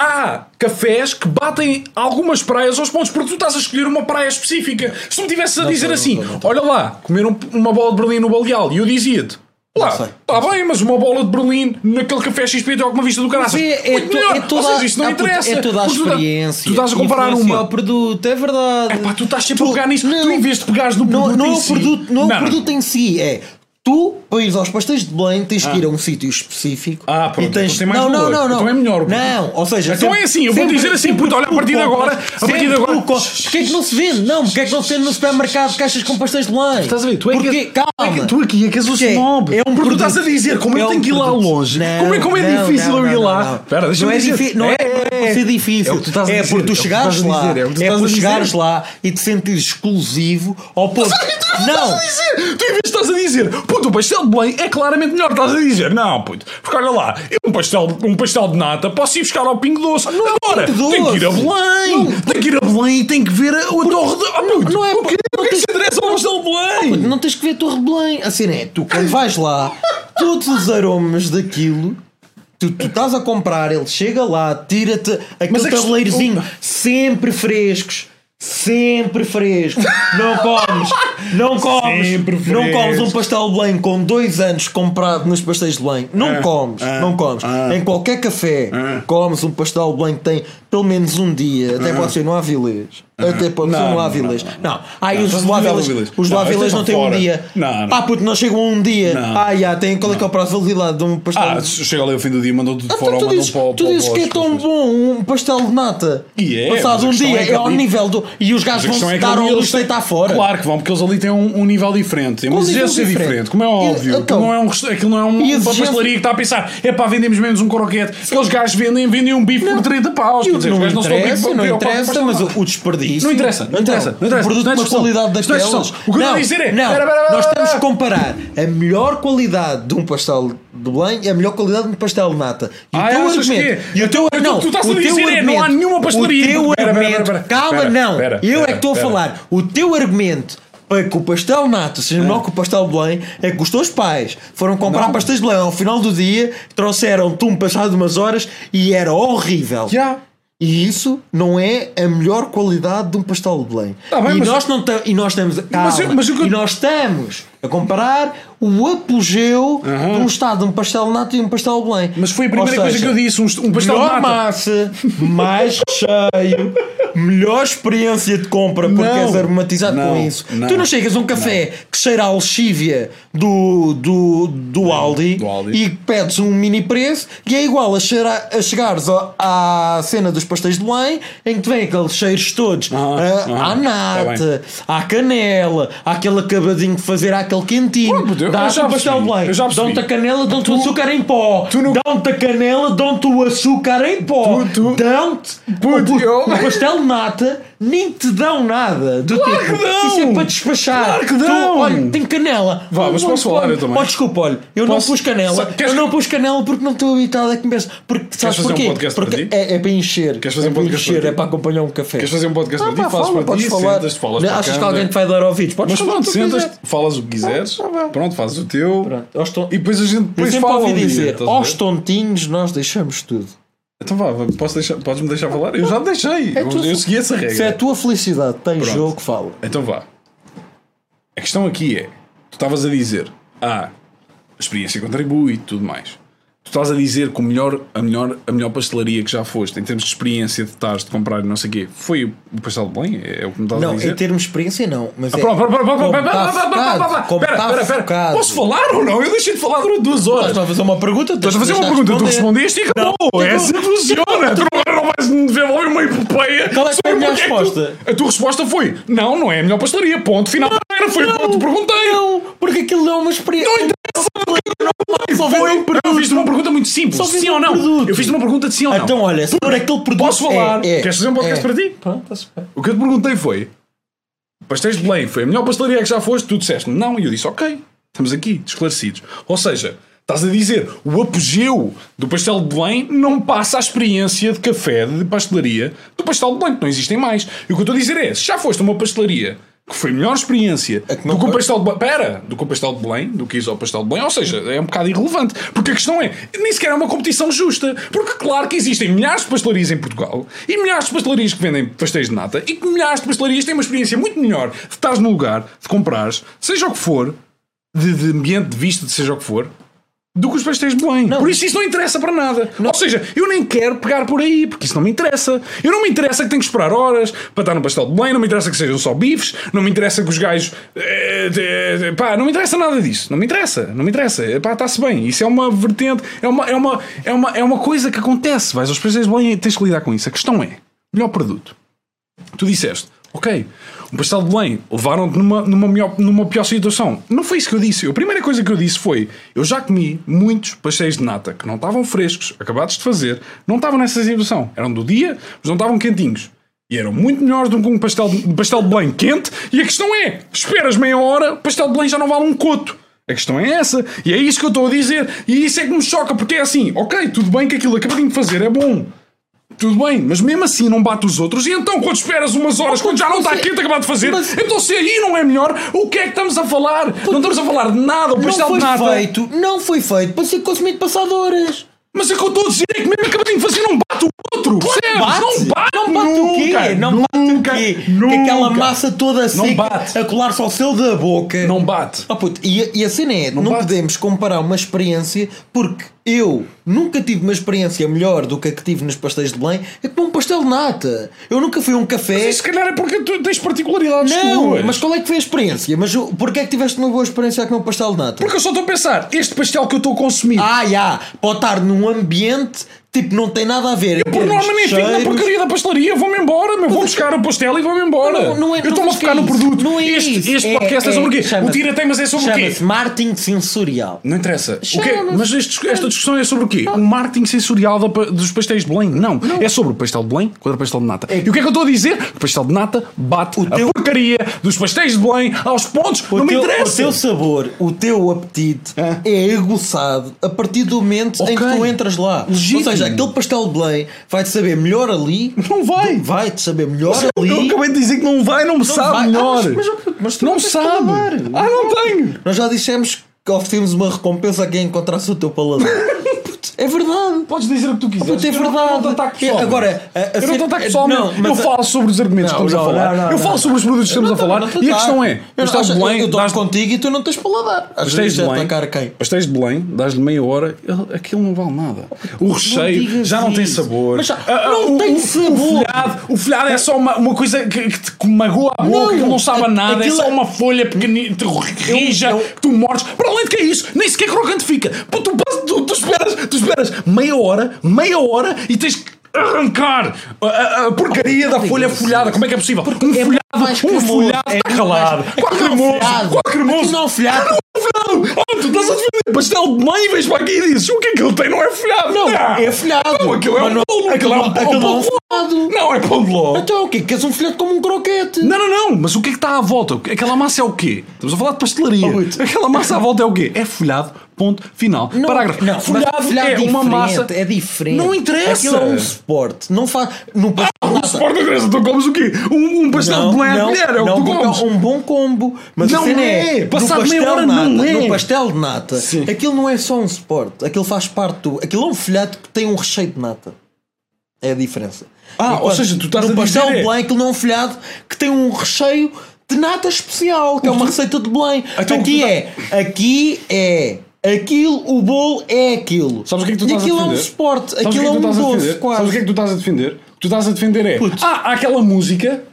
[SPEAKER 1] Há cafés que batem algumas praias aos pontos, porque tu estás a escolher uma praia específica. Se tu me tivesses a dizer
[SPEAKER 2] sei, não
[SPEAKER 1] assim,
[SPEAKER 2] sei, não
[SPEAKER 1] olha lá, comer um- uma bola de Berlim no Baleal, e eu dizia-te, lá,
[SPEAKER 2] sei,
[SPEAKER 1] está bem, mas uma bola de Berlim naquele café XP tem alguma vista do caralho.
[SPEAKER 2] Mas é, é,
[SPEAKER 1] Ah, Muito
[SPEAKER 2] to-
[SPEAKER 1] melhor.
[SPEAKER 2] é toda,
[SPEAKER 1] Ou seja, isso não
[SPEAKER 2] ah, puto,
[SPEAKER 1] interessa.
[SPEAKER 2] É toda a
[SPEAKER 1] Porque tu tá-
[SPEAKER 2] experiência.
[SPEAKER 1] Tu estás a comparar
[SPEAKER 2] Influencia
[SPEAKER 1] uma.
[SPEAKER 2] o produto, é verdade.
[SPEAKER 1] Epá, tu estás sempre a pegar nisso. Tu em vez de pegares no
[SPEAKER 2] Não,
[SPEAKER 1] produto
[SPEAKER 2] não,
[SPEAKER 1] em
[SPEAKER 2] é o
[SPEAKER 1] si-
[SPEAKER 2] produto, não
[SPEAKER 1] Não,
[SPEAKER 2] é o
[SPEAKER 1] não.
[SPEAKER 2] produto em si, é. Tu, para ires aos pastéis de Belém, tens que ir a um sítio específico.
[SPEAKER 1] Ah, pronto,
[SPEAKER 2] e tens...
[SPEAKER 1] então tem mais
[SPEAKER 2] não, não,
[SPEAKER 1] valor.
[SPEAKER 2] não, não.
[SPEAKER 1] Então é melhor o produto.
[SPEAKER 2] Não, ou seja.
[SPEAKER 1] Então é assim, eu vou dizer assim, puto, olha, a partir de agora, a partir de agora-
[SPEAKER 2] Porquê é que não se vende? Não, porquê é que não se vende no supermercado caixas com pastéis de Belém?
[SPEAKER 1] Estás a ver? Tu é
[SPEAKER 2] Porquê?
[SPEAKER 1] que, tu é
[SPEAKER 2] Calma.
[SPEAKER 1] que- tu aqui é que és o
[SPEAKER 2] Porque
[SPEAKER 1] snob.
[SPEAKER 2] é um
[SPEAKER 1] Porque tu
[SPEAKER 2] produto.
[SPEAKER 1] estás a dizer como
[SPEAKER 2] É
[SPEAKER 1] eu
[SPEAKER 2] um
[SPEAKER 1] tenho que ir lá
[SPEAKER 2] produto.
[SPEAKER 1] longe.
[SPEAKER 2] Não,
[SPEAKER 1] como é, como é
[SPEAKER 2] não,
[SPEAKER 1] difícil
[SPEAKER 2] não,
[SPEAKER 1] eu ir
[SPEAKER 2] não,
[SPEAKER 1] lá.
[SPEAKER 2] não, não.
[SPEAKER 1] Espera,
[SPEAKER 2] Não
[SPEAKER 1] deixa-me
[SPEAKER 2] é
[SPEAKER 1] dizer.
[SPEAKER 2] difí- não é- não ser difícil.
[SPEAKER 4] é o que tu estás a
[SPEAKER 2] É
[SPEAKER 4] dizer,
[SPEAKER 2] porque
[SPEAKER 4] é
[SPEAKER 2] tu
[SPEAKER 4] o que tu
[SPEAKER 2] chegares
[SPEAKER 4] estás a
[SPEAKER 2] lá,
[SPEAKER 4] dizer, é o que tu
[SPEAKER 2] é
[SPEAKER 4] estás
[SPEAKER 2] por
[SPEAKER 4] a dizer.
[SPEAKER 2] chegares lá e te sentires exclusivo ao ponto. Não!
[SPEAKER 4] Tu em vez de é estás a dizer, puto, o pastel de Belém é claramente melhor, estás a dizer, não, puto, porque olha lá, eu um pastel, um pastel de nata posso ir buscar ao Pingo Doce. Agora,
[SPEAKER 2] é Pingo
[SPEAKER 4] tem que ir a
[SPEAKER 2] Doce.
[SPEAKER 4] Belém, tem que ir a Belém e tem que ver a, a torre de. Oh, puto,
[SPEAKER 2] não é-
[SPEAKER 4] o que,
[SPEAKER 2] não
[SPEAKER 4] o que é que
[SPEAKER 2] tens-
[SPEAKER 4] se interessa ao pastel de
[SPEAKER 2] Puto,
[SPEAKER 4] Belém?
[SPEAKER 2] Não tens que ver a Torre de Belém. A cena é, tu quando vais lá, todos os aromas daquilo, tu, tu estás a comprar, ele chega lá, tira-te
[SPEAKER 4] Mas a
[SPEAKER 2] aquele
[SPEAKER 4] questão-
[SPEAKER 2] tabuleirozinho, sempre frescos. Sempre frescos Não comes, não comes,
[SPEAKER 1] Sempre
[SPEAKER 2] não
[SPEAKER 1] fresco.
[SPEAKER 2] comes um pastel de Belém com dois anos comprado nos pastéis de Belém. Não comes, não comes. em qualquer café comes um pastel de Belém que tem pelo menos um dia. Até pode ser no Avilés. Até pode ser
[SPEAKER 1] Não,
[SPEAKER 2] no
[SPEAKER 1] não,
[SPEAKER 2] Avilés. Não, há aí
[SPEAKER 1] Não,
[SPEAKER 2] os
[SPEAKER 1] estás a dizer
[SPEAKER 2] lavilas.
[SPEAKER 1] Avilés.
[SPEAKER 2] Os
[SPEAKER 1] Não,
[SPEAKER 2] lavilas
[SPEAKER 1] estes
[SPEAKER 2] não
[SPEAKER 1] são
[SPEAKER 2] têm um
[SPEAKER 1] fora.
[SPEAKER 2] dia.
[SPEAKER 1] Não, não.
[SPEAKER 2] Ah, puto, não chegam a um dia.
[SPEAKER 1] Não.
[SPEAKER 2] Ah, já, tem qual é que é o prazo de validade de um pastel?
[SPEAKER 1] Ah, chega ali ao fim do dia, mandou tudo
[SPEAKER 2] Ah,
[SPEAKER 1] fora
[SPEAKER 2] tu,
[SPEAKER 1] ou
[SPEAKER 2] tu
[SPEAKER 1] mandou
[SPEAKER 2] dizes,
[SPEAKER 1] para o
[SPEAKER 2] tu dizes que é tão bom um pastel de nata.
[SPEAKER 1] E é, mas
[SPEAKER 2] Passado
[SPEAKER 1] a
[SPEAKER 2] um
[SPEAKER 1] questão
[SPEAKER 2] dia,
[SPEAKER 1] é
[SPEAKER 2] é,
[SPEAKER 1] que
[SPEAKER 2] ao
[SPEAKER 1] ali-
[SPEAKER 2] nível do. E os
[SPEAKER 1] Mas
[SPEAKER 2] gajos
[SPEAKER 1] a é
[SPEAKER 2] vão
[SPEAKER 1] queitar
[SPEAKER 2] se dar ao luxo de estar fora.
[SPEAKER 1] Claro que vão, porque eles ali têm um, um nível diferente, têm uma
[SPEAKER 2] Qual nível
[SPEAKER 1] exigência
[SPEAKER 2] diferente?
[SPEAKER 1] diferente, como é
[SPEAKER 2] E-
[SPEAKER 1] óbvio.
[SPEAKER 2] então-
[SPEAKER 1] aquilo não é, um, resta- aquilo não é um,
[SPEAKER 2] E
[SPEAKER 1] uma
[SPEAKER 2] exigência-
[SPEAKER 1] pastelaria que está a pensar, é pá, vendemos menos um croquete. Aqueles gajos vendem, vendem um bife por 30 paus. Quer dizer, os
[SPEAKER 2] não
[SPEAKER 1] gajos se
[SPEAKER 2] interessa,
[SPEAKER 1] preocupam-
[SPEAKER 2] não
[SPEAKER 1] preocupam com
[SPEAKER 2] interessa,
[SPEAKER 1] pastel.
[SPEAKER 2] mas o, o desperdício.
[SPEAKER 1] Não interessa, não interessa, não interessa.
[SPEAKER 2] O produto
[SPEAKER 1] Não é
[SPEAKER 2] de uma
[SPEAKER 1] discussão.
[SPEAKER 2] qualidade
[SPEAKER 1] Isto não é
[SPEAKER 2] daquelas.
[SPEAKER 1] discussão. O que eu estou a dizer é-
[SPEAKER 2] Não,
[SPEAKER 1] Pera, pera, pera,
[SPEAKER 2] nós
[SPEAKER 1] pera.
[SPEAKER 2] estamos a comparar a melhor qualidade de um pastel de Belém e a melhor qualidade de um pastel de nata. E
[SPEAKER 1] Ah,
[SPEAKER 2] o teu
[SPEAKER 1] achas que
[SPEAKER 2] argumento.
[SPEAKER 1] é?
[SPEAKER 2] E o teu
[SPEAKER 1] Então,
[SPEAKER 2] não,
[SPEAKER 1] tu estás a
[SPEAKER 2] o teu
[SPEAKER 1] dizer é, não há
[SPEAKER 2] argumento-
[SPEAKER 1] nenhuma pastelaria.
[SPEAKER 2] O
[SPEAKER 1] Pera,
[SPEAKER 2] teu
[SPEAKER 1] pera, pera, pera.
[SPEAKER 2] argumento. Calma,
[SPEAKER 1] Pera,
[SPEAKER 2] não.
[SPEAKER 1] pera,
[SPEAKER 2] Eu é que
[SPEAKER 1] pera,
[SPEAKER 2] estou a
[SPEAKER 1] pera.
[SPEAKER 2] falar. O teu argumento. Para que o pastel nato
[SPEAKER 1] É.
[SPEAKER 2] seja melhor que o pastel de Belém é que os teus pais foram comprar pastéis de Belém ao final do dia, trouxeram-te um passado umas horas e era horrível.
[SPEAKER 1] Já.
[SPEAKER 2] E isso não é a melhor qualidade de um pastel de Belém.
[SPEAKER 1] Tá bem,
[SPEAKER 2] e,
[SPEAKER 1] mas-
[SPEAKER 2] nós não tam- e nós estamos. Calma,
[SPEAKER 1] Mas eu- mas o que eu-
[SPEAKER 2] E nós estamos a comparar o apogeu de um estado de um pastel de nata e um pastel de Belém.
[SPEAKER 1] Mas foi a
[SPEAKER 2] Ou
[SPEAKER 1] primeira coisa
[SPEAKER 2] seja,
[SPEAKER 1] que eu disse, um, um pastel de nata.
[SPEAKER 2] melhor massa, mais recheio, melhor experiência de compra porque
[SPEAKER 1] Não.
[SPEAKER 2] és aromatizado
[SPEAKER 1] Não.
[SPEAKER 2] com isso.
[SPEAKER 1] Não.
[SPEAKER 2] Tu não chegas a um café que cheira a lexívia do, do, do, Aldi,
[SPEAKER 1] do Aldi.
[SPEAKER 2] e pedes um mini preço e é igual a, cheira, a chegares ao- à cena dos pastéis de Belém em que te vem aqueles cheiros todos
[SPEAKER 1] Aham,
[SPEAKER 2] ah,
[SPEAKER 1] aham,
[SPEAKER 2] à
[SPEAKER 1] tá bem.
[SPEAKER 2] nata, à canela, àquele acabadinho de fazer àquele quentinho.
[SPEAKER 1] Pronto, Oh, eu- eu
[SPEAKER 2] Dá-te
[SPEAKER 1] já
[SPEAKER 2] o pastel de
[SPEAKER 1] percebi, eu
[SPEAKER 2] Belém,
[SPEAKER 1] já percebi.
[SPEAKER 2] dão-te a canela, dão-te o açúcar em pó.
[SPEAKER 1] tu não-
[SPEAKER 2] Dão-te a canela, dão-te o açúcar em pó.
[SPEAKER 1] Tu- tu-
[SPEAKER 2] Dão-te
[SPEAKER 1] Puto,
[SPEAKER 2] o,
[SPEAKER 1] eu-
[SPEAKER 2] o pastel de nata, nem te dão nada. Do claro tipo,
[SPEAKER 1] que dão!
[SPEAKER 2] Isso é para despachar.
[SPEAKER 1] Claro que
[SPEAKER 2] Tu,
[SPEAKER 1] dão!
[SPEAKER 2] olha, tem canela.
[SPEAKER 1] Vá,
[SPEAKER 2] Não,
[SPEAKER 1] mas
[SPEAKER 2] não
[SPEAKER 1] posso falar,
[SPEAKER 2] come.
[SPEAKER 1] eu também.
[SPEAKER 2] Ó, desculpa, olha, eu
[SPEAKER 1] Posso?
[SPEAKER 2] não pus
[SPEAKER 1] Sa-
[SPEAKER 2] canela.
[SPEAKER 1] queres-
[SPEAKER 2] eu não pus canela porque não estou habitado a comer. Porque sabes
[SPEAKER 1] fazer um
[SPEAKER 2] porquê?
[SPEAKER 1] podcast para
[SPEAKER 2] porque
[SPEAKER 1] ti?
[SPEAKER 2] é, é para encher.
[SPEAKER 1] Queres fazer
[SPEAKER 2] é
[SPEAKER 1] um
[SPEAKER 2] para
[SPEAKER 1] podcast para
[SPEAKER 2] encher,
[SPEAKER 1] ti?
[SPEAKER 2] é para acompanhar um café.
[SPEAKER 1] Queres fazer um podcast para
[SPEAKER 2] Ah,
[SPEAKER 1] ti?
[SPEAKER 2] pá,
[SPEAKER 1] Fazes
[SPEAKER 2] fala,
[SPEAKER 1] para ti,
[SPEAKER 2] podes falar.
[SPEAKER 1] sentas, falas para a
[SPEAKER 2] Achas que
[SPEAKER 1] câmara.
[SPEAKER 2] alguém te vai dar ouvidos? Podes
[SPEAKER 1] Mas
[SPEAKER 2] falar o
[SPEAKER 1] pronto,
[SPEAKER 2] que quiseres.
[SPEAKER 1] sentas, falas o que quiseres,
[SPEAKER 2] Tá bem.
[SPEAKER 1] pronto, fazes o teu
[SPEAKER 2] Pronto, eu estou-
[SPEAKER 1] e depois a gente
[SPEAKER 2] Eu
[SPEAKER 1] depois
[SPEAKER 2] sempre
[SPEAKER 1] fala.
[SPEAKER 2] ouvi
[SPEAKER 1] um dia,
[SPEAKER 2] dizer,
[SPEAKER 1] estás a ver?
[SPEAKER 2] aos tontinhos nós deixamos tudo.
[SPEAKER 1] Então vá, posso deixar- podes-me deixar falar? Eu já te deixei, eu, eu segui essa regra.
[SPEAKER 2] Se é a tua felicidade, tem jogo, fala.
[SPEAKER 1] Então vá. A questão aqui é: tu estavas a dizer, ah, a experiência contribui e tudo mais. Tu estás a dizer que o melhor, a, melhor, a melhor pastelaria que já foste, em termos de experiência de estares, de comprar e não sei o quê, foi o pastel de Belém? É o que me estás a
[SPEAKER 2] Não,
[SPEAKER 1] dizer?
[SPEAKER 2] em termos de experiência, não. Mas é.
[SPEAKER 1] Pera, pera, pera,
[SPEAKER 2] como
[SPEAKER 1] pera,
[SPEAKER 2] tá
[SPEAKER 1] pera, pera, pera, pera,
[SPEAKER 2] focado, como
[SPEAKER 1] pera,
[SPEAKER 2] tá
[SPEAKER 1] pera, pera.
[SPEAKER 2] focado.
[SPEAKER 1] Posso falar ou não? Eu deixei de falar durante duas horas.
[SPEAKER 2] Estás a fazer uma pergunta? é?
[SPEAKER 1] Estás a fazer uma pergunta, tu respondeste e acabou.
[SPEAKER 2] Não.
[SPEAKER 1] É assim que funciona. Tu agora não vais me devolver uma epopeia.
[SPEAKER 2] Qual é
[SPEAKER 1] sobre
[SPEAKER 2] que foi a minha
[SPEAKER 1] porque que
[SPEAKER 2] resposta?
[SPEAKER 1] tu- A tua resposta foi: não, não é a melhor pastelaria. Ponto final. Era foi o que eu te perguntei.
[SPEAKER 2] Não, porque aquilo é uma experiência.
[SPEAKER 1] Não interessa.
[SPEAKER 2] Só vendo um
[SPEAKER 1] Não, eu
[SPEAKER 2] produto.
[SPEAKER 1] fiz-te uma pergunta muito simples.
[SPEAKER 2] Só vendo
[SPEAKER 1] Sim
[SPEAKER 2] um
[SPEAKER 1] ou não?
[SPEAKER 2] produto.
[SPEAKER 1] Eu fiz-te uma pergunta de sim ou não.
[SPEAKER 2] Então, olha, se for aquele produto.
[SPEAKER 1] Posso falar?
[SPEAKER 2] é, é,
[SPEAKER 1] Queres fazer um podcast
[SPEAKER 2] é.
[SPEAKER 1] para ti?
[SPEAKER 2] Pronto, está-se bem.
[SPEAKER 1] O que eu te perguntei foi: pastéis de Belém foi a melhor pastelaria que já foste? Tu disseste não, e eu disse ok, estamos aqui, esclarecidos. Ou seja, estás a dizer o apogeu do pastel de Belém não passa a experiência de café, de pastelaria, do pastel de Belém, que não existem mais. E o que eu estou a dizer é: se já foste a uma pastelaria. Que foi a melhor experiência
[SPEAKER 2] É que não
[SPEAKER 1] do que o
[SPEAKER 2] foi.
[SPEAKER 1] pastel de Belém. Pera! Do que o pastel de Belém, do que isso ao pastel de Belém. Ou seja, é um bocado irrelevante. Porque a questão é, nem sequer é uma competição justa. Porque, claro que existem milhares de pastelarias em Portugal e milhares de pastelarias que vendem pastéis de nata e que milhares de pastelarias têm uma experiência muito melhor de estás no lugar, de comprares, seja o que for, de, de ambiente, de vista, de seja o que for, do que os pastéis de Belém. Por isso isso não interessa para nada. Ou seja, eu nem quero pegar por aí, porque isso não me interessa. Eu não me interessa que tenho que esperar horas para estar no pastel de Belém, não me interessa que sejam só bifes, não me interessa que os gajos. eh, eh, pá, não me interessa nada disso. Não me interessa, não me interessa. Eh, Pá, está-se bem. Isso é uma vertente, é uma, é, uma, é, uma, é uma coisa que acontece. Vais aos pastéis de Belém e tens que lidar com isso. A questão é: melhor produto. Tu disseste, Ok, um pastel de Belém, levaram-te numa, numa, melhor- numa pior situação. Não foi isso que eu disse. A primeira coisa que eu disse foi: eu já comi muitos pastéis de nata que não estavam frescos, acabados de fazer, não estavam nessa situação. Eram do dia, mas não estavam quentinhos. E eram muito melhores do que um pastel, de- um pastel de Belém quente. E a questão é: esperas meia hora, o pastel de Belém já não vale um coto. A questão é essa, e é isso que eu estou a dizer, e isso é que me choca, porque é assim, ok, tudo bem que aquilo que acabadinho de fazer é bom, tudo bem, mas mesmo assim não bate os outros. E então, quando esperas umas horas, quando já não está quente acabado de fazer,
[SPEAKER 2] Mas-
[SPEAKER 1] então se aí não é melhor, o que é que estamos a falar? não estamos a falar de nada, o
[SPEAKER 2] Não
[SPEAKER 1] pastel
[SPEAKER 2] foi
[SPEAKER 1] de nada.
[SPEAKER 2] feito, não foi feito para ser consumido passado horas.
[SPEAKER 1] Mas é que eu estou a dizer é que mesmo acabadinho de fazer, não bate o outro. percebes?
[SPEAKER 2] Bate.
[SPEAKER 1] Não bate,
[SPEAKER 2] Não bate o quê?
[SPEAKER 1] nunca,
[SPEAKER 2] Não
[SPEAKER 1] nunca,
[SPEAKER 2] bate o quê?
[SPEAKER 1] Nunca.
[SPEAKER 2] Que aquela massa toda seca
[SPEAKER 1] bate.
[SPEAKER 2] a colar-se ao céu da boca.
[SPEAKER 1] Não bate.
[SPEAKER 2] Ah, puto, e, a- e a cena é, não,
[SPEAKER 1] bate.
[SPEAKER 2] podemos comparar uma experiência porque eu nunca tive uma experiência melhor do que a que tive nos pastéis de Belém é como um pastel de nata. Eu nunca fui a um café.
[SPEAKER 1] Mas se calhar é porque tu tens particularidades
[SPEAKER 2] não,
[SPEAKER 1] tuas.
[SPEAKER 2] mas qual é que foi a experiência? Mas o- porquê é que tiveste uma boa experiência a comer um pastel de nata?
[SPEAKER 1] Porque eu só estou a pensar, este pastel que eu estou a consumir,
[SPEAKER 2] Ah, já, pode estar num ambiente tipo não tem nada a ver. em
[SPEAKER 1] Por
[SPEAKER 2] termos
[SPEAKER 1] norma nem
[SPEAKER 2] de
[SPEAKER 1] fico na
[SPEAKER 2] cheiros. é
[SPEAKER 1] porcaria da pastelaria, vou-me embora, meu. vou buscar o pastel e vou-me embora.
[SPEAKER 2] Não, não é-
[SPEAKER 1] eu estou-me
[SPEAKER 2] não
[SPEAKER 1] a focar
[SPEAKER 2] é
[SPEAKER 1] no
[SPEAKER 2] isso.
[SPEAKER 1] produto.
[SPEAKER 2] Não é
[SPEAKER 1] este,
[SPEAKER 2] isso.
[SPEAKER 1] este podcast é, sobre o quê? O
[SPEAKER 2] chama-se-
[SPEAKER 1] tira temas é sobre o quê?
[SPEAKER 2] Chama-se marketing sensorial.
[SPEAKER 1] Não interessa. O
[SPEAKER 2] Chama-se-
[SPEAKER 1] quê? Mas este- esta discussão é sobre o quê? O marketing sensorial da pa- dos pastéis de Belém? Não. É sobre o pastel de Belém contra o pastel de nata. E o que é que eu estou a dizer? O pastel de nata bate a
[SPEAKER 2] teu-
[SPEAKER 1] porcaria dos pastéis de Belém aos pontos. não me
[SPEAKER 2] teu,
[SPEAKER 1] interessa.
[SPEAKER 2] O teu sabor, o teu apetite é aguçado a partir do momento em que
[SPEAKER 1] Ok.
[SPEAKER 2] tu entras lá.
[SPEAKER 1] Legítimo.
[SPEAKER 2] Ou seja, aquele pastel de Belém vai-te saber melhor ali.
[SPEAKER 1] Não vai.
[SPEAKER 2] Vai-te saber melhor ali.
[SPEAKER 1] Eu acabei de dizer que não vai, não me sabe
[SPEAKER 2] vai.
[SPEAKER 1] melhor.
[SPEAKER 2] Ah, mas- mas- mas tu
[SPEAKER 1] não
[SPEAKER 2] não
[SPEAKER 1] me
[SPEAKER 2] tens
[SPEAKER 1] sabe.
[SPEAKER 2] paladar.
[SPEAKER 1] Ah, não tenho.
[SPEAKER 2] Nós já dissemos que oferecemos uma recompensa a quem encontrasse o teu paladar. Puto, é verdade.
[SPEAKER 1] Podes dizer o que tu quiseres.
[SPEAKER 2] Puta, é
[SPEAKER 1] Eu não-
[SPEAKER 2] verdade.
[SPEAKER 1] eu não te ataco pessoalmente.
[SPEAKER 2] É, agora, a- a
[SPEAKER 1] eu não
[SPEAKER 2] ser- é,
[SPEAKER 1] te ataco pessoalmente.
[SPEAKER 2] não, mas
[SPEAKER 1] eu
[SPEAKER 2] a-
[SPEAKER 1] falo sobre os argumentos
[SPEAKER 2] Não,
[SPEAKER 1] que estamos
[SPEAKER 2] não,
[SPEAKER 1] a falar.
[SPEAKER 2] não, não,
[SPEAKER 1] eu falo
[SPEAKER 2] não.
[SPEAKER 1] sobre os produtos que estamos a falar.
[SPEAKER 2] Não,
[SPEAKER 1] e a
[SPEAKER 2] tá.
[SPEAKER 1] questão é:
[SPEAKER 2] Eu não-
[SPEAKER 1] pastel de
[SPEAKER 2] acho-
[SPEAKER 1] Belém,
[SPEAKER 2] Eu dou
[SPEAKER 1] dás-
[SPEAKER 2] contigo e tu não tens paladar. Às
[SPEAKER 1] pastéis
[SPEAKER 2] vezes
[SPEAKER 1] de
[SPEAKER 2] é
[SPEAKER 1] Belém,
[SPEAKER 2] atacar quem?
[SPEAKER 1] pastéis de Belém, dás-lhe meia hora, ele- aquilo não vale nada. O recheio
[SPEAKER 2] digas
[SPEAKER 1] já não tem
[SPEAKER 2] isso.
[SPEAKER 1] sabor.
[SPEAKER 2] Mas já-
[SPEAKER 1] Ah, ah,
[SPEAKER 2] não
[SPEAKER 1] o-
[SPEAKER 2] tem
[SPEAKER 1] o-
[SPEAKER 2] sabor.
[SPEAKER 1] O folhado, o folhado é só uma, uma coisa que, que te magoa a boca,
[SPEAKER 2] Não,
[SPEAKER 1] que não sabe a nada. É
[SPEAKER 2] aquilo
[SPEAKER 1] só
[SPEAKER 2] é-
[SPEAKER 1] uma folha pequenina, rija,
[SPEAKER 2] eu-
[SPEAKER 1] que tu mordes. Para além de que é isso, nem sequer crocante fica. Pô, tu, passas- tu- tu esperas, tu esperas meia hora, meia hora e tens que arrancar a, a- a
[SPEAKER 2] Oh,
[SPEAKER 1] porcaria da folha folhada. Como é que é possível? Um
[SPEAKER 2] é muito
[SPEAKER 1] folhado,
[SPEAKER 2] mais
[SPEAKER 1] um
[SPEAKER 2] cremoso.
[SPEAKER 1] folhado
[SPEAKER 2] É
[SPEAKER 1] está
[SPEAKER 2] muito
[SPEAKER 1] ralado.
[SPEAKER 2] mais-
[SPEAKER 1] Qual
[SPEAKER 2] Aquilo é um
[SPEAKER 1] cremoso?
[SPEAKER 2] folhado.
[SPEAKER 1] Qual cremoso?
[SPEAKER 2] Aquilo não é um folhado.
[SPEAKER 1] Não, oh, tu estás a defender pastel de mãe e vens para aqui e dizes o que é que ele tem? Não é folhado.
[SPEAKER 2] Não, é folhado.
[SPEAKER 1] Não, aquilo é
[SPEAKER 2] Mas
[SPEAKER 1] um
[SPEAKER 2] não-
[SPEAKER 1] bolo. Aquilo é um
[SPEAKER 2] aquilo não é um
[SPEAKER 1] bolo.
[SPEAKER 2] folhado.
[SPEAKER 1] Não, é pão de ló.
[SPEAKER 2] Então o quê? Queres um filhote como um croquete?
[SPEAKER 1] Não, não, não, mas o que é que está à volta? Aquela massa é o quê? Estamos a falar de pastelaria.
[SPEAKER 2] Oh, Ruth.
[SPEAKER 1] Aquela massa à volta é o quê? É folhado, ponto final.
[SPEAKER 2] Não,
[SPEAKER 1] Parágrafo.
[SPEAKER 2] Não,
[SPEAKER 1] folhado,
[SPEAKER 2] mas folhado
[SPEAKER 1] é uma
[SPEAKER 2] diferente,
[SPEAKER 1] massa.
[SPEAKER 2] É diferente.
[SPEAKER 1] Não interessa. Ah, um
[SPEAKER 2] Aquilo é um suporte. Não faz. Não passa
[SPEAKER 1] O suporte não interessa. é Tu comes o quê? Um, um pastel de Belém à colher, é o que tu
[SPEAKER 2] porque
[SPEAKER 1] comes.
[SPEAKER 2] é um bom combo. Mas
[SPEAKER 1] Não
[SPEAKER 2] a cena
[SPEAKER 1] é.
[SPEAKER 2] é. no
[SPEAKER 1] Passado meia
[SPEAKER 2] pastel
[SPEAKER 1] hora
[SPEAKER 2] de nata,
[SPEAKER 1] não é.
[SPEAKER 2] No pastel de nata,
[SPEAKER 1] Sim.
[SPEAKER 2] aquilo não é só um suporte. Aquilo faz parte do. Aquilo é um folhado que tem um recheio de nata. É a diferença.
[SPEAKER 1] Ah, ou seja, tu estás
[SPEAKER 2] no
[SPEAKER 1] a
[SPEAKER 2] pastel
[SPEAKER 1] dizer é-
[SPEAKER 2] de Belém, aquilo não é um folhado que tem um recheio de nata especial, que é uma receita de Belém.
[SPEAKER 1] Então,
[SPEAKER 2] aqui
[SPEAKER 1] tu tá-
[SPEAKER 2] é. Aqui é. Aquilo, o bolo é aquilo.
[SPEAKER 1] Sabes o que é que tu
[SPEAKER 2] e
[SPEAKER 1] estás a
[SPEAKER 2] aquilo é um
[SPEAKER 1] defender?
[SPEAKER 2] suporte,
[SPEAKER 1] Sabes
[SPEAKER 2] aquilo é
[SPEAKER 1] o que é que tu
[SPEAKER 2] um
[SPEAKER 1] estás a
[SPEAKER 2] doce
[SPEAKER 1] defender?
[SPEAKER 2] quase.
[SPEAKER 1] Sabes o que é que tu estás a defender? O que tu estás a defender é.
[SPEAKER 2] Putz.
[SPEAKER 1] Ah, há aquela música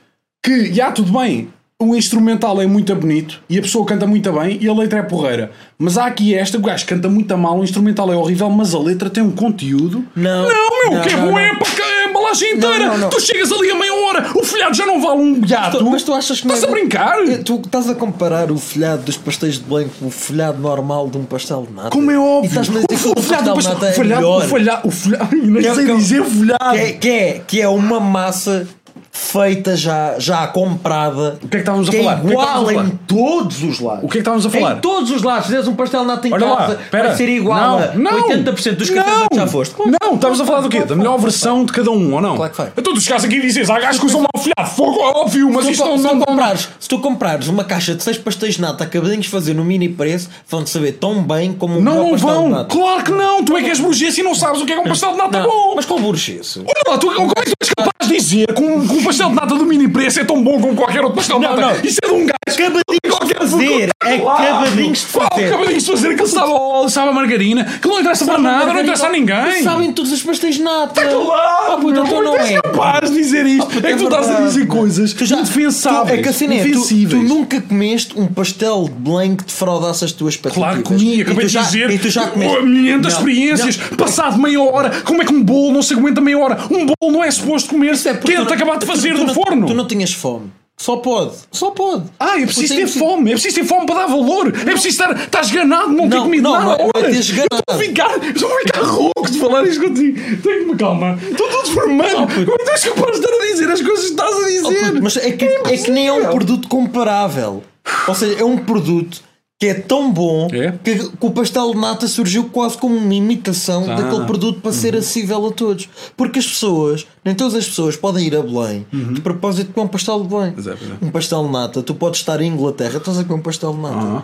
[SPEAKER 1] que, já, tudo bem, o instrumental é muito bonito e a pessoa canta muito bem e a letra é porreira. Mas há aqui esta, o gajo canta muito mal, o instrumental é horrível, mas a letra tem um conteúdo.
[SPEAKER 2] Não.
[SPEAKER 1] Não, meu,
[SPEAKER 2] Não,
[SPEAKER 1] que é
[SPEAKER 2] não,
[SPEAKER 1] bom é
[SPEAKER 2] não.
[SPEAKER 1] para cá, é a embalagem inteira.
[SPEAKER 2] não, não.
[SPEAKER 1] Tu chegas ali a meia hora, o folhado já não vale um gato.
[SPEAKER 2] mas tu achas que não
[SPEAKER 1] Estás a
[SPEAKER 2] é-
[SPEAKER 1] brincar?
[SPEAKER 2] Tu estás a comparar o folhado dos pastéis de Belém com o folhado normal de um pastel de nata.
[SPEAKER 1] Como é
[SPEAKER 2] E
[SPEAKER 1] óbvio.
[SPEAKER 2] estás-me a dizer que
[SPEAKER 1] O
[SPEAKER 2] o
[SPEAKER 1] folhado,
[SPEAKER 2] pastel
[SPEAKER 1] o
[SPEAKER 2] de nata é
[SPEAKER 1] folhado, o
[SPEAKER 2] melhor. É
[SPEAKER 1] folhado, o folhado, não sei
[SPEAKER 2] que-
[SPEAKER 1] dizer folhado.
[SPEAKER 2] Que é, que, é, que é uma massa feita já, já comprada.
[SPEAKER 1] O que é que estávamos a
[SPEAKER 2] é
[SPEAKER 1] falar? O que é que
[SPEAKER 2] igual
[SPEAKER 1] estávamos a
[SPEAKER 2] em
[SPEAKER 1] falar?
[SPEAKER 2] todos os lados.
[SPEAKER 1] O que é que estávamos a falar?
[SPEAKER 2] Em todos os lados. Se fizeres um pastel de nata em
[SPEAKER 1] Olha lá,
[SPEAKER 2] casa,
[SPEAKER 1] pera.
[SPEAKER 2] vai ser igual
[SPEAKER 1] Não,
[SPEAKER 2] a
[SPEAKER 1] não,
[SPEAKER 2] 80% dos cafés
[SPEAKER 1] não,
[SPEAKER 2] que já foste.
[SPEAKER 1] Não, estamos a falar do quê? Da melhor versão de cada um, ou não?
[SPEAKER 2] Claro que vai.
[SPEAKER 1] Então tu chegaste aqui e dizes, há gajos que usam mal folhado. Fogo, óbvio, mas
[SPEAKER 2] Se
[SPEAKER 1] isto
[SPEAKER 2] tu,
[SPEAKER 1] não...
[SPEAKER 2] se,
[SPEAKER 1] não-
[SPEAKER 2] tu
[SPEAKER 1] não-
[SPEAKER 2] comprares, se tu comprares uma caixa de 6 pastéis de nata acabadinhos de fazer no mini preço, vão te saber tão bem como um
[SPEAKER 1] Não,
[SPEAKER 2] melhor
[SPEAKER 1] não
[SPEAKER 2] pastel de
[SPEAKER 1] vão.
[SPEAKER 2] nata.
[SPEAKER 1] Claro que não. Tu é que és burguês e não sabes o que é que é um pastel de nata
[SPEAKER 2] Não,
[SPEAKER 1] bom.
[SPEAKER 2] Mas com burguês.
[SPEAKER 1] Olha lá, tu, como é que tu és capaz de dizer que um, que um pastel de nata do mini preço é tão bom como qualquer outro pastel de
[SPEAKER 2] Não,
[SPEAKER 1] nata?
[SPEAKER 2] não.
[SPEAKER 1] Isso é de um gajo.
[SPEAKER 2] Acabadinhos de
[SPEAKER 1] Qualquer
[SPEAKER 2] fazer, é
[SPEAKER 1] Claro.
[SPEAKER 2] acabadinhos de
[SPEAKER 1] Qual
[SPEAKER 2] fazer.
[SPEAKER 1] Acabadinhos de fazer. Que ele sabe a óleo, sabe a margarina. Que não interessa para nada, não interessa a ninguém.
[SPEAKER 2] Sabem todos os pastéis de nata.
[SPEAKER 1] Claro,
[SPEAKER 2] Ah, puto,
[SPEAKER 1] meu,
[SPEAKER 2] então
[SPEAKER 1] como
[SPEAKER 2] não
[SPEAKER 1] és
[SPEAKER 2] é.
[SPEAKER 1] capaz de dizer isto?
[SPEAKER 2] puto,
[SPEAKER 1] é
[SPEAKER 2] é
[SPEAKER 1] que tu estás a
[SPEAKER 2] verdade.
[SPEAKER 1] dizer coisas
[SPEAKER 2] Tu já-
[SPEAKER 1] indefensáveis.
[SPEAKER 2] tu- É que a cena é, tu, tu
[SPEAKER 1] indefensíveis.
[SPEAKER 2] nunca comeste um pastel de Belém que defraudasse as tuas expectativas.
[SPEAKER 1] Claro que comi,
[SPEAKER 2] E tu
[SPEAKER 1] acabei de
[SPEAKER 2] já-
[SPEAKER 1] dizer.
[SPEAKER 2] E tu já comeste.
[SPEAKER 1] Oh, milhentas
[SPEAKER 2] Não,
[SPEAKER 1] experiências, passado meia hora. Como é que um bolo não se aguenta meia hora? Um bolo não é suposto comer-se.
[SPEAKER 2] não.
[SPEAKER 1] Tenta acabar de
[SPEAKER 2] Tu-
[SPEAKER 1] fazer
[SPEAKER 2] tu
[SPEAKER 1] do
[SPEAKER 2] não-
[SPEAKER 1] forno.
[SPEAKER 2] Tu não tinhas fome. Só pode. Só pode.
[SPEAKER 1] Ah, é preciso ter
[SPEAKER 2] Porque tem-
[SPEAKER 1] fome, é preciso ter fome para dar valor, é preciso estar. Estás ganado, não, tenho
[SPEAKER 2] Não,
[SPEAKER 1] comido
[SPEAKER 2] não,
[SPEAKER 1] nada.
[SPEAKER 2] não é
[SPEAKER 1] horas.
[SPEAKER 2] teres ganado.
[SPEAKER 1] Eu Estou a ficar, eu estou a ficar rouco de falar isto contigo. Tenho que me calmar. Estou todo formado. Como é que tu és capaz de estar a dizer as coisas que estás a dizer?
[SPEAKER 2] Mas é que, é que nem é um produto comparável. Ou seja, é um produto que é tão bom
[SPEAKER 1] É?
[SPEAKER 2] que, que o pastel de nata surgiu quase como uma imitação
[SPEAKER 1] Ah.
[SPEAKER 2] daquele produto para ser acessível a todos. Porque as pessoas, nem todas as pessoas, podem ir a Belém
[SPEAKER 1] Uhum.
[SPEAKER 2] de propósito de comer um pastel de Belém.
[SPEAKER 1] é, pois é.
[SPEAKER 2] Um pastel de nata, tu podes estar em Inglaterra, estás a comer um pastel de nata. Estás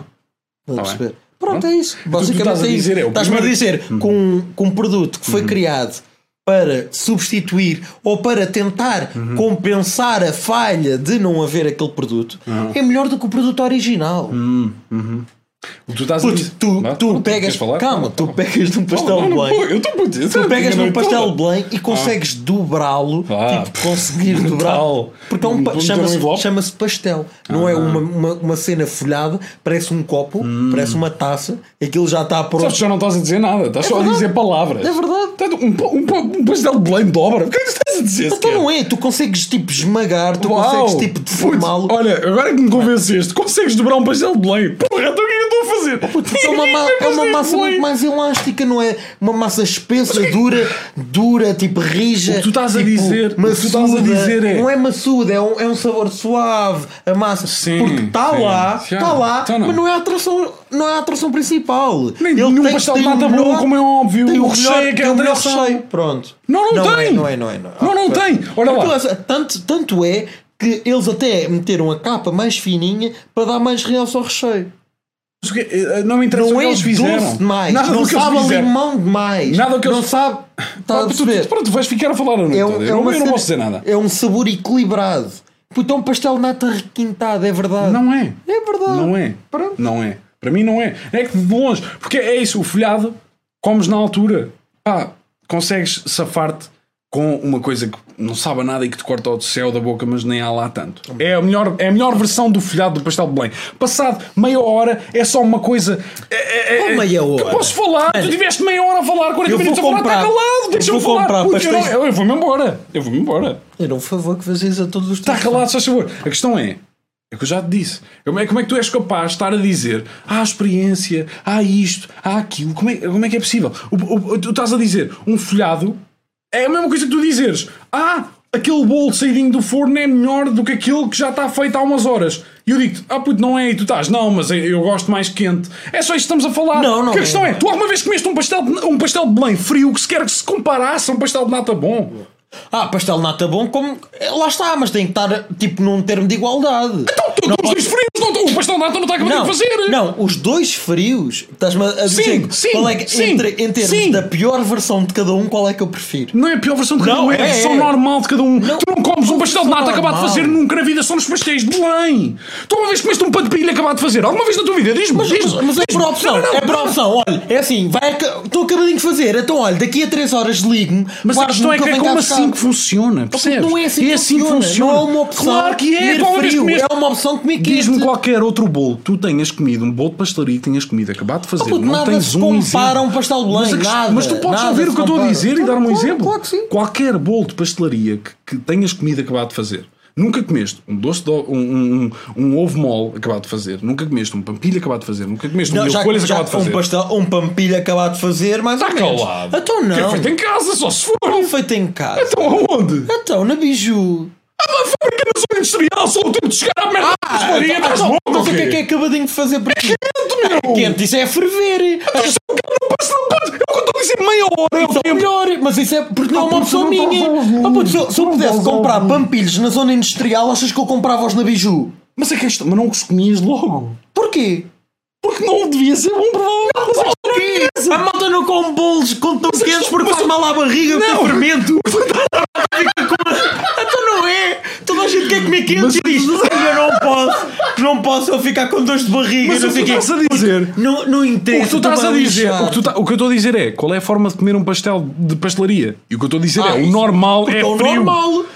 [SPEAKER 1] Tá
[SPEAKER 2] a
[SPEAKER 1] bem.
[SPEAKER 2] perceber? Pronto, é isso. Basicamente
[SPEAKER 1] estás a
[SPEAKER 2] é isso.
[SPEAKER 1] dizer é o
[SPEAKER 2] Estás-me a
[SPEAKER 1] primeiro- Hum.
[SPEAKER 2] dizer com, um- com um produto que foi criado para substituir ou para tentar
[SPEAKER 1] Hum.
[SPEAKER 2] compensar a falha de não haver aquele produto
[SPEAKER 1] Hum.
[SPEAKER 2] é melhor do que o produto original.
[SPEAKER 1] O que tu estás a
[SPEAKER 2] Puto,
[SPEAKER 1] dizer.
[SPEAKER 2] tu,
[SPEAKER 1] Hum. Não?
[SPEAKER 2] tu
[SPEAKER 1] Não,
[SPEAKER 2] pegas.
[SPEAKER 1] queres falar?
[SPEAKER 2] Calma, tu pegas num pastel
[SPEAKER 1] Não, não,
[SPEAKER 2] blanco.
[SPEAKER 1] pô, Eu estou puto. eu
[SPEAKER 2] Tu
[SPEAKER 1] tô-
[SPEAKER 2] pegas
[SPEAKER 1] eu
[SPEAKER 2] num
[SPEAKER 1] tô-
[SPEAKER 2] pastel blanco e consegues dobrá-lo,
[SPEAKER 1] Ah,
[SPEAKER 2] tipo, conseguir
[SPEAKER 1] brutal.
[SPEAKER 2] dobrá-lo. Porque é um pa-
[SPEAKER 1] Vamos ter um
[SPEAKER 2] chama-se
[SPEAKER 1] envelope?
[SPEAKER 2] chama-se pastel, não é
[SPEAKER 1] Ah.
[SPEAKER 2] uma, uma, uma cena folhada, parece um copo,
[SPEAKER 1] Hum.
[SPEAKER 2] parece uma taça, aquilo já está
[SPEAKER 1] Sabes que
[SPEAKER 2] pronto.
[SPEAKER 1] já não estás a dizer nada, estás só a
[SPEAKER 2] verdade.
[SPEAKER 1] dizer palavras.
[SPEAKER 2] É verdade.
[SPEAKER 1] Portanto, Um, pa- um, pa- um pastel de lame dobra. O que é que tu estás a dizer?
[SPEAKER 2] Então não é, tu consegues tipo esmagar, tu
[SPEAKER 1] Uau!
[SPEAKER 2] consegues tipo deformá-lo.
[SPEAKER 1] Puto, Olha, agora que me convenceste, consegues dobrar um pastel de leite? Porra, então o que é que eu estou a fazer?
[SPEAKER 2] É uma, ma- é uma massa muito mais elástica, não é? Uma massa espessa, dura, dura, tipo rija.
[SPEAKER 1] O que tu estás a
[SPEAKER 2] tipo,
[SPEAKER 1] dizer- o que tu estás a
[SPEAKER 2] maçuda.
[SPEAKER 1] dizer é-
[SPEAKER 2] Não é maçuda, é um, é um sabor suave. A massa.
[SPEAKER 1] Sim,
[SPEAKER 2] Porque está
[SPEAKER 1] sim.
[SPEAKER 2] lá,
[SPEAKER 1] Já,
[SPEAKER 2] está lá,
[SPEAKER 1] então não.
[SPEAKER 2] mas não é a atração, não é a atração principal.
[SPEAKER 1] Nem nenhum pastel de nata
[SPEAKER 2] o
[SPEAKER 1] bom,
[SPEAKER 2] um melhor-
[SPEAKER 1] como é óbvio.
[SPEAKER 2] Tem
[SPEAKER 1] O
[SPEAKER 2] o
[SPEAKER 1] recheio é
[SPEAKER 2] melhor,
[SPEAKER 1] que é
[SPEAKER 2] tem
[SPEAKER 1] a
[SPEAKER 2] o melhor
[SPEAKER 1] atração.
[SPEAKER 2] recheio. Pronto.
[SPEAKER 1] Não, não tem.
[SPEAKER 2] É, não é, não é. Não, é.
[SPEAKER 1] Não, não tem. Olha lá.
[SPEAKER 2] Então, tanto, tanto é que eles até meteram a capa mais fininha para dar mais realce ao recheio.
[SPEAKER 1] Mas o quê? Eh, Não me interessa o
[SPEAKER 2] Não
[SPEAKER 1] que
[SPEAKER 2] é
[SPEAKER 1] eles fizeram.
[SPEAKER 2] doce demais.
[SPEAKER 1] Nada
[SPEAKER 2] não
[SPEAKER 1] do que eles
[SPEAKER 2] sabe a
[SPEAKER 1] fizeram.
[SPEAKER 2] limão demais.
[SPEAKER 1] Nada do que
[SPEAKER 2] não
[SPEAKER 1] eles-
[SPEAKER 2] sabe. Está a
[SPEAKER 1] Pronto,
[SPEAKER 2] perceber?
[SPEAKER 1] Pronto, vais ficar a falar a noite
[SPEAKER 2] É um-
[SPEAKER 1] toda.
[SPEAKER 2] é
[SPEAKER 1] Eu
[SPEAKER 2] uma
[SPEAKER 1] eu não
[SPEAKER 2] cena-
[SPEAKER 1] posso dizer nada.
[SPEAKER 2] É um sabor equilibrado. Puto, é um pastel de nata requintado, é verdade.
[SPEAKER 1] Não é.
[SPEAKER 2] É verdade.
[SPEAKER 1] Não é.
[SPEAKER 2] Pronto.
[SPEAKER 1] Não é. Para mim não é. É que de longe. Porque é isso, o folhado comes na altura. Pá, consegues safar-te com uma coisa que não sabe a nada e que te corta o céu da boca, mas nem há lá tanto. É a melhor, é a melhor versão do folhado do pastel de Belém. Passado meia hora é só uma coisa. É, é- é-
[SPEAKER 2] Ou meia hora.
[SPEAKER 1] Eu posso falar, tu tiveste meia hora a falar, 40
[SPEAKER 2] eu vou
[SPEAKER 1] minutos a falar,
[SPEAKER 2] comprar.
[SPEAKER 1] está calado,
[SPEAKER 2] Eu
[SPEAKER 1] deixa-me
[SPEAKER 2] vou
[SPEAKER 1] falar.
[SPEAKER 2] comprar
[SPEAKER 1] Puto, eu,
[SPEAKER 2] pastéis-
[SPEAKER 1] não- eu vou-me embora. Eu vou-me embora.
[SPEAKER 2] Era um favor que fazias a todos os
[SPEAKER 1] Está Tá calado, só sabor. A questão é, é que eu já te disse. Como é, como é que tu és capaz de estar a dizer há experiência, há isto, há aquilo? Como é, como é que é possível? O- o- o- tu estás a dizer um folhado é a mesma coisa que tu dizeres ah, aquele bolo saidinho do forno é melhor do que aquele que já está feito há umas horas. E eu digo-te, ah puto, não é? E tu estás, não, mas eu- eu gosto mais quente. É só isto que estamos a falar.
[SPEAKER 2] Não, não
[SPEAKER 1] Porque a
[SPEAKER 2] é.
[SPEAKER 1] questão é, tu alguma vez comeste um pastel de, um pastel de Belém frio que sequer que se comparasse a um pastel de nata bom?
[SPEAKER 2] Ah, pastel de nata bom, como. é, Lá está, mas tem que estar tipo num termo de igualdade.
[SPEAKER 1] Tu- tu- os dois frios, não, o pastel de nata não está a acabar
[SPEAKER 2] Não,
[SPEAKER 1] de fazer.
[SPEAKER 2] não, os dois frios, estás-me a dizer
[SPEAKER 1] Sim, sim,
[SPEAKER 2] qual é que,
[SPEAKER 1] sim,
[SPEAKER 2] entre, em termos
[SPEAKER 1] sim.
[SPEAKER 2] da pior versão de cada um, qual é que eu prefiro?
[SPEAKER 1] Não é a pior versão de cada
[SPEAKER 2] Não,
[SPEAKER 1] um, é a
[SPEAKER 2] é,
[SPEAKER 1] versão
[SPEAKER 2] é.
[SPEAKER 1] normal de cada um. tu não comes um pastel de
[SPEAKER 2] versão
[SPEAKER 1] nata acabado de
[SPEAKER 2] normal.
[SPEAKER 1] fazer nunca na vida, só nos pastéis de Belém. Tu alguma vez comeste um pão de pilha acabado de fazer? Alguma vez na tua vida? Diz-me,
[SPEAKER 2] Mas,
[SPEAKER 1] diz-me.
[SPEAKER 2] mas- mas é
[SPEAKER 1] diz-me.
[SPEAKER 2] por opção,
[SPEAKER 1] Não, não,
[SPEAKER 2] é por opção. Olha, é assim, vai, aca- estou acabadinho de fazer. Então, olha, daqui a 3 horas ligo-me.
[SPEAKER 1] Mas a
[SPEAKER 2] guardo-me
[SPEAKER 1] questão é que
[SPEAKER 2] eu
[SPEAKER 1] é
[SPEAKER 2] venho
[SPEAKER 1] como
[SPEAKER 2] cá
[SPEAKER 1] assim que
[SPEAKER 2] buscar.
[SPEAKER 1] funciona, percebes?
[SPEAKER 2] Não é assim, que funciona. Não é uma opção.
[SPEAKER 1] Claro que é,
[SPEAKER 2] comer
[SPEAKER 1] pá, uma vez
[SPEAKER 2] frio.
[SPEAKER 1] comeste-
[SPEAKER 2] É uma opção de comer quente.
[SPEAKER 1] Diz-me qualquer outro bolo que tu tenhas comido, um bolo de pastelaria que tenhas comido acabado de fazer.
[SPEAKER 2] Ah, Oh, puto,
[SPEAKER 1] não
[SPEAKER 2] nada
[SPEAKER 1] tens
[SPEAKER 2] se
[SPEAKER 1] um
[SPEAKER 2] compara
[SPEAKER 1] exemplo.
[SPEAKER 2] a um pastel de
[SPEAKER 1] mas,
[SPEAKER 2] Belém,
[SPEAKER 1] a questão-
[SPEAKER 2] nada,
[SPEAKER 1] mas tu podes
[SPEAKER 2] nada
[SPEAKER 1] ouvir o
[SPEAKER 2] se
[SPEAKER 1] que eu estou a
[SPEAKER 2] compara.
[SPEAKER 1] dizer e
[SPEAKER 2] Claro,
[SPEAKER 1] dar um
[SPEAKER 2] claro,
[SPEAKER 1] exemplo.
[SPEAKER 2] claro que sim.
[SPEAKER 1] Qualquer bolo de pastelaria que, que tenhas comido acabado de fazer. Nunca comeste um doce de, o- um, um, um, um ovo mole acabado de fazer, nunca comeste um pampilha acabado de fazer, nunca comeste um
[SPEAKER 2] Não,
[SPEAKER 1] mil
[SPEAKER 2] já,
[SPEAKER 1] folhas
[SPEAKER 2] já
[SPEAKER 1] acabado de fazer.
[SPEAKER 2] um, pastel, um pampilho acabado de fazer, mais
[SPEAKER 1] Está
[SPEAKER 2] ou menos.
[SPEAKER 1] calado.
[SPEAKER 2] Então
[SPEAKER 1] Que é
[SPEAKER 2] não.
[SPEAKER 1] feito em casa, só se for.
[SPEAKER 2] Não feito em casa.
[SPEAKER 1] Então aonde?
[SPEAKER 2] Então, na biju.
[SPEAKER 1] Uma fábrica na zona industrial, só o tempo de chegar à merda da pastelaria, estás
[SPEAKER 2] Então,
[SPEAKER 1] louco
[SPEAKER 2] mas o que é
[SPEAKER 1] quê?
[SPEAKER 2] que é acabadinho de fazer para ti?
[SPEAKER 1] Quente, meu!
[SPEAKER 2] Quente, isso é
[SPEAKER 1] Isto
[SPEAKER 2] ferver.
[SPEAKER 1] é um cara não passa, não passa. Eu quando estou a dizer meia hora, eu
[SPEAKER 2] Isso é o melhor, mas isso é porque não é uma opção minha. Ah, puto, se, eu- se eu pudesse comprar pampilhos na zona industrial, achas que eu comprava-os na biju?
[SPEAKER 1] Mas é que esta, mas não os comias logo.
[SPEAKER 2] Porquê?
[SPEAKER 1] Porque não devia ser bom provavelmente.
[SPEAKER 2] Porquê? A malta não come bolos com tão quentes porque faz mal à barriga com o fermento. Então não é. Toda a gente quer comer quente e diz: "Olha, eu não posso, que não posso eu ficar com dores de barriga.
[SPEAKER 1] é. Mas
[SPEAKER 2] não
[SPEAKER 1] o
[SPEAKER 2] é
[SPEAKER 1] que
[SPEAKER 2] sei
[SPEAKER 1] tu
[SPEAKER 2] quê."
[SPEAKER 1] estás a dizer.
[SPEAKER 2] Não, não
[SPEAKER 1] O
[SPEAKER 2] interessa.
[SPEAKER 1] que tu estás a
[SPEAKER 2] vai
[SPEAKER 1] dizer,
[SPEAKER 2] lixar.
[SPEAKER 1] o que, tu tá- o que eu estou a dizer é qual é a forma de comer um pastel de pastelaria. E o que eu estou a dizer
[SPEAKER 2] Ah,
[SPEAKER 1] é o
[SPEAKER 2] isso.
[SPEAKER 1] normal é,
[SPEAKER 2] é o
[SPEAKER 1] frio.
[SPEAKER 2] normal. É o normal.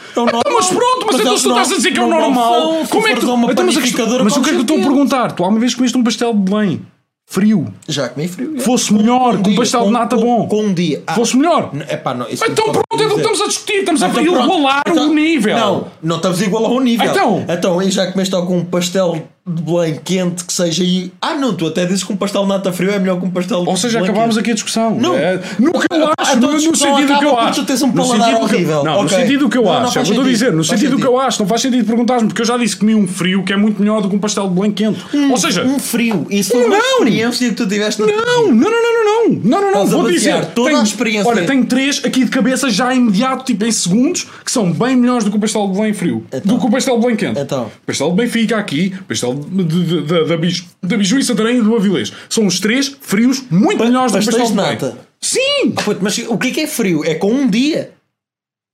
[SPEAKER 1] Então, mas pronto, mas, então
[SPEAKER 2] eles
[SPEAKER 1] se tu
[SPEAKER 2] não-
[SPEAKER 1] estás a dizer que é o
[SPEAKER 2] não- não
[SPEAKER 1] normal,
[SPEAKER 2] são, se
[SPEAKER 1] como é que
[SPEAKER 2] fores
[SPEAKER 1] tu.
[SPEAKER 2] a uma
[SPEAKER 1] Então, mas a questão-
[SPEAKER 2] panificadora,
[SPEAKER 1] mas o que é que eu
[SPEAKER 2] comes
[SPEAKER 1] estou a
[SPEAKER 2] quente.
[SPEAKER 1] perguntar? Tu alguma vez comeste um pastel de Belém frio.
[SPEAKER 2] Já comi frio. já.
[SPEAKER 1] Fosse melhor,
[SPEAKER 2] um
[SPEAKER 1] com um
[SPEAKER 2] dia,
[SPEAKER 1] pastel de
[SPEAKER 2] com-
[SPEAKER 1] nata
[SPEAKER 2] com-
[SPEAKER 1] bom.
[SPEAKER 2] Com um dia. Ah,
[SPEAKER 1] Fosse melhor.
[SPEAKER 2] n- epá, não, isso não
[SPEAKER 1] Então
[SPEAKER 2] posso
[SPEAKER 1] pronto, é do que
[SPEAKER 2] dizer.
[SPEAKER 1] estamos a discutir. Estamos
[SPEAKER 2] Então
[SPEAKER 1] a
[SPEAKER 2] pronto.
[SPEAKER 1] igualar
[SPEAKER 2] Então-
[SPEAKER 1] o nível.
[SPEAKER 2] Não, não estamos a igualar o nível.
[SPEAKER 1] Então?
[SPEAKER 2] então e já comeste algum pastel de Belém quente que seja aí. Ah, não, tu até dizes que um pastel de nata frio é melhor que um pastel
[SPEAKER 1] Ou seja,
[SPEAKER 2] de Belém
[SPEAKER 1] acabámos
[SPEAKER 2] quente.
[SPEAKER 1] aqui a discussão.
[SPEAKER 2] Não.
[SPEAKER 1] É, no que eu
[SPEAKER 2] Ah,
[SPEAKER 1] acho,
[SPEAKER 2] então
[SPEAKER 1] no,
[SPEAKER 2] a
[SPEAKER 1] no
[SPEAKER 2] discussão
[SPEAKER 1] sentido que eu
[SPEAKER 2] acaba
[SPEAKER 1] acho.
[SPEAKER 2] porque tu tens um
[SPEAKER 1] no
[SPEAKER 2] paladar
[SPEAKER 1] sentido que-
[SPEAKER 2] horrível.
[SPEAKER 1] Não, no
[SPEAKER 2] Ok.
[SPEAKER 1] sentido que eu
[SPEAKER 2] Não, não
[SPEAKER 1] acho.
[SPEAKER 2] faz
[SPEAKER 1] eu vou
[SPEAKER 2] sentido.
[SPEAKER 1] dizer, no
[SPEAKER 2] Faz
[SPEAKER 1] sentido que
[SPEAKER 2] sentido.
[SPEAKER 1] eu acho. Não faz sentido perguntar-me, porque eu já disse que comi um frio que é muito melhor do que um pastel de blanco quente. Ou seja,
[SPEAKER 2] Um frio. Isso foi uma
[SPEAKER 1] Não.
[SPEAKER 2] experiência que tu tiveste na tua vida.
[SPEAKER 1] Não, não, não, não, não, não, não, não, não,
[SPEAKER 2] Estás a
[SPEAKER 1] vou
[SPEAKER 2] basear
[SPEAKER 1] dizer.
[SPEAKER 2] toda
[SPEAKER 1] tenho-
[SPEAKER 2] a experiência.
[SPEAKER 1] Olha, tenho três aqui de cabeça já imediato, tipo em segundos, que são bem melhores do que o pastel de Belém frio.
[SPEAKER 2] Então.
[SPEAKER 1] Do que o pastel de Belém quente.
[SPEAKER 2] Então.
[SPEAKER 1] Pastel de Benfica aqui, pastel de- de- de- da- da Biju, da Biju e Santarém e do Avilés. São os três frios muito
[SPEAKER 2] Pa-
[SPEAKER 1] melhores do que o pastel
[SPEAKER 2] pastéis
[SPEAKER 1] de Belém.
[SPEAKER 2] de nata.
[SPEAKER 1] Sim!
[SPEAKER 2] Ah, puto, Mas o que é que é frio? É com um dia.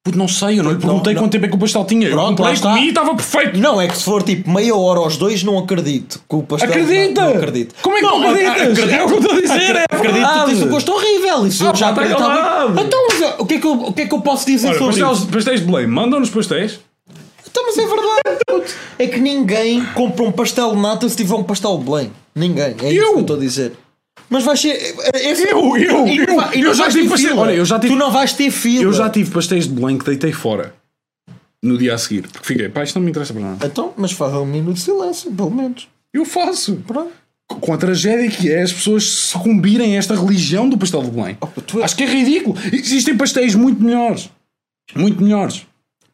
[SPEAKER 1] Puto, não sei, eu não lhe perguntei
[SPEAKER 2] não.
[SPEAKER 1] quanto tempo é que o pastel tinha.
[SPEAKER 2] Pronto,
[SPEAKER 1] eu comprei,
[SPEAKER 2] lá está.
[SPEAKER 1] comi e estava perfeito.
[SPEAKER 2] Não, é que se for tipo meia hora aos dois, não acredito. Que o pastel
[SPEAKER 1] Acredita!
[SPEAKER 2] Não, não acredito.
[SPEAKER 1] Como é que
[SPEAKER 2] não,
[SPEAKER 1] tu acreditas?
[SPEAKER 2] ac-
[SPEAKER 1] É o que eu estou a dizer, é
[SPEAKER 2] Acredito que tu
[SPEAKER 1] verdade.
[SPEAKER 2] tens um gosto horrível. Isso
[SPEAKER 1] Ah,
[SPEAKER 2] eu já
[SPEAKER 1] pá, tá
[SPEAKER 2] acreditava.
[SPEAKER 1] calado.
[SPEAKER 2] Então, mas, ó, o que, é que eu, o que é que eu posso dizer
[SPEAKER 1] Olha,
[SPEAKER 2] sobre
[SPEAKER 1] pastéis,
[SPEAKER 2] isso?
[SPEAKER 1] pastéis de Belém, mandam-nos pastéis.
[SPEAKER 2] Então, mas é verdade. puto. É que ninguém compra um pastel de nata se tiver um pastel de Belém. Ninguém. É isso
[SPEAKER 1] Eu?
[SPEAKER 2] que eu estou a dizer. Mas vais ser. é- é-
[SPEAKER 1] Eu, eu,
[SPEAKER 2] e não
[SPEAKER 1] eu.
[SPEAKER 2] vai- e não
[SPEAKER 1] Eu já
[SPEAKER 2] vais
[SPEAKER 1] tive
[SPEAKER 2] ter
[SPEAKER 1] pastel-
[SPEAKER 2] fila.
[SPEAKER 1] olha, eu já tive-
[SPEAKER 2] Tu não vais ter fila.
[SPEAKER 1] Eu já tive pastéis de Belém que deitei fora no dia a seguir, porque fiquei, pá, isto não me interessa para nada.
[SPEAKER 2] Então, mas faz um minuto de silêncio, pelo menos.
[SPEAKER 1] Eu faço. Pronto. Com a tragédia que é as pessoas sucumbirem a esta religião do pastel de Belém.
[SPEAKER 2] Oh, tu-
[SPEAKER 1] Acho que é ridículo. Existem pastéis muito melhores. Muito melhores.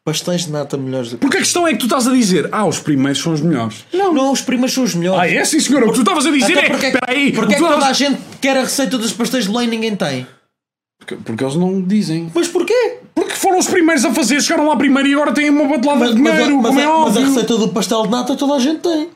[SPEAKER 2] Pastéis de nata melhores do que.
[SPEAKER 1] Porque a questão é que tu estás a dizer, ah, os primeiros são os melhores.
[SPEAKER 2] Não, os primeiros são os melhores.
[SPEAKER 1] Ah, é sim, senhor. O que tu estavas a dizer é. Espera aí. o
[SPEAKER 2] Porque
[SPEAKER 1] que
[SPEAKER 2] é que
[SPEAKER 1] tu
[SPEAKER 2] toda a
[SPEAKER 1] estavas-
[SPEAKER 2] gente quer a receita dos pastéis de Belém e ninguém tem?
[SPEAKER 1] Porque- Porque eles não dizem.
[SPEAKER 2] Mas porquê?
[SPEAKER 1] Porque foram os primeiros a fazer, chegaram lá primeiro e agora têm uma batelada
[SPEAKER 2] Mas,
[SPEAKER 1] de
[SPEAKER 2] mas, a-
[SPEAKER 1] dinheiro.
[SPEAKER 2] mas,
[SPEAKER 1] como é
[SPEAKER 2] a, mas a
[SPEAKER 1] óbvio.
[SPEAKER 2] receita do pastel de nata toda a gente tem.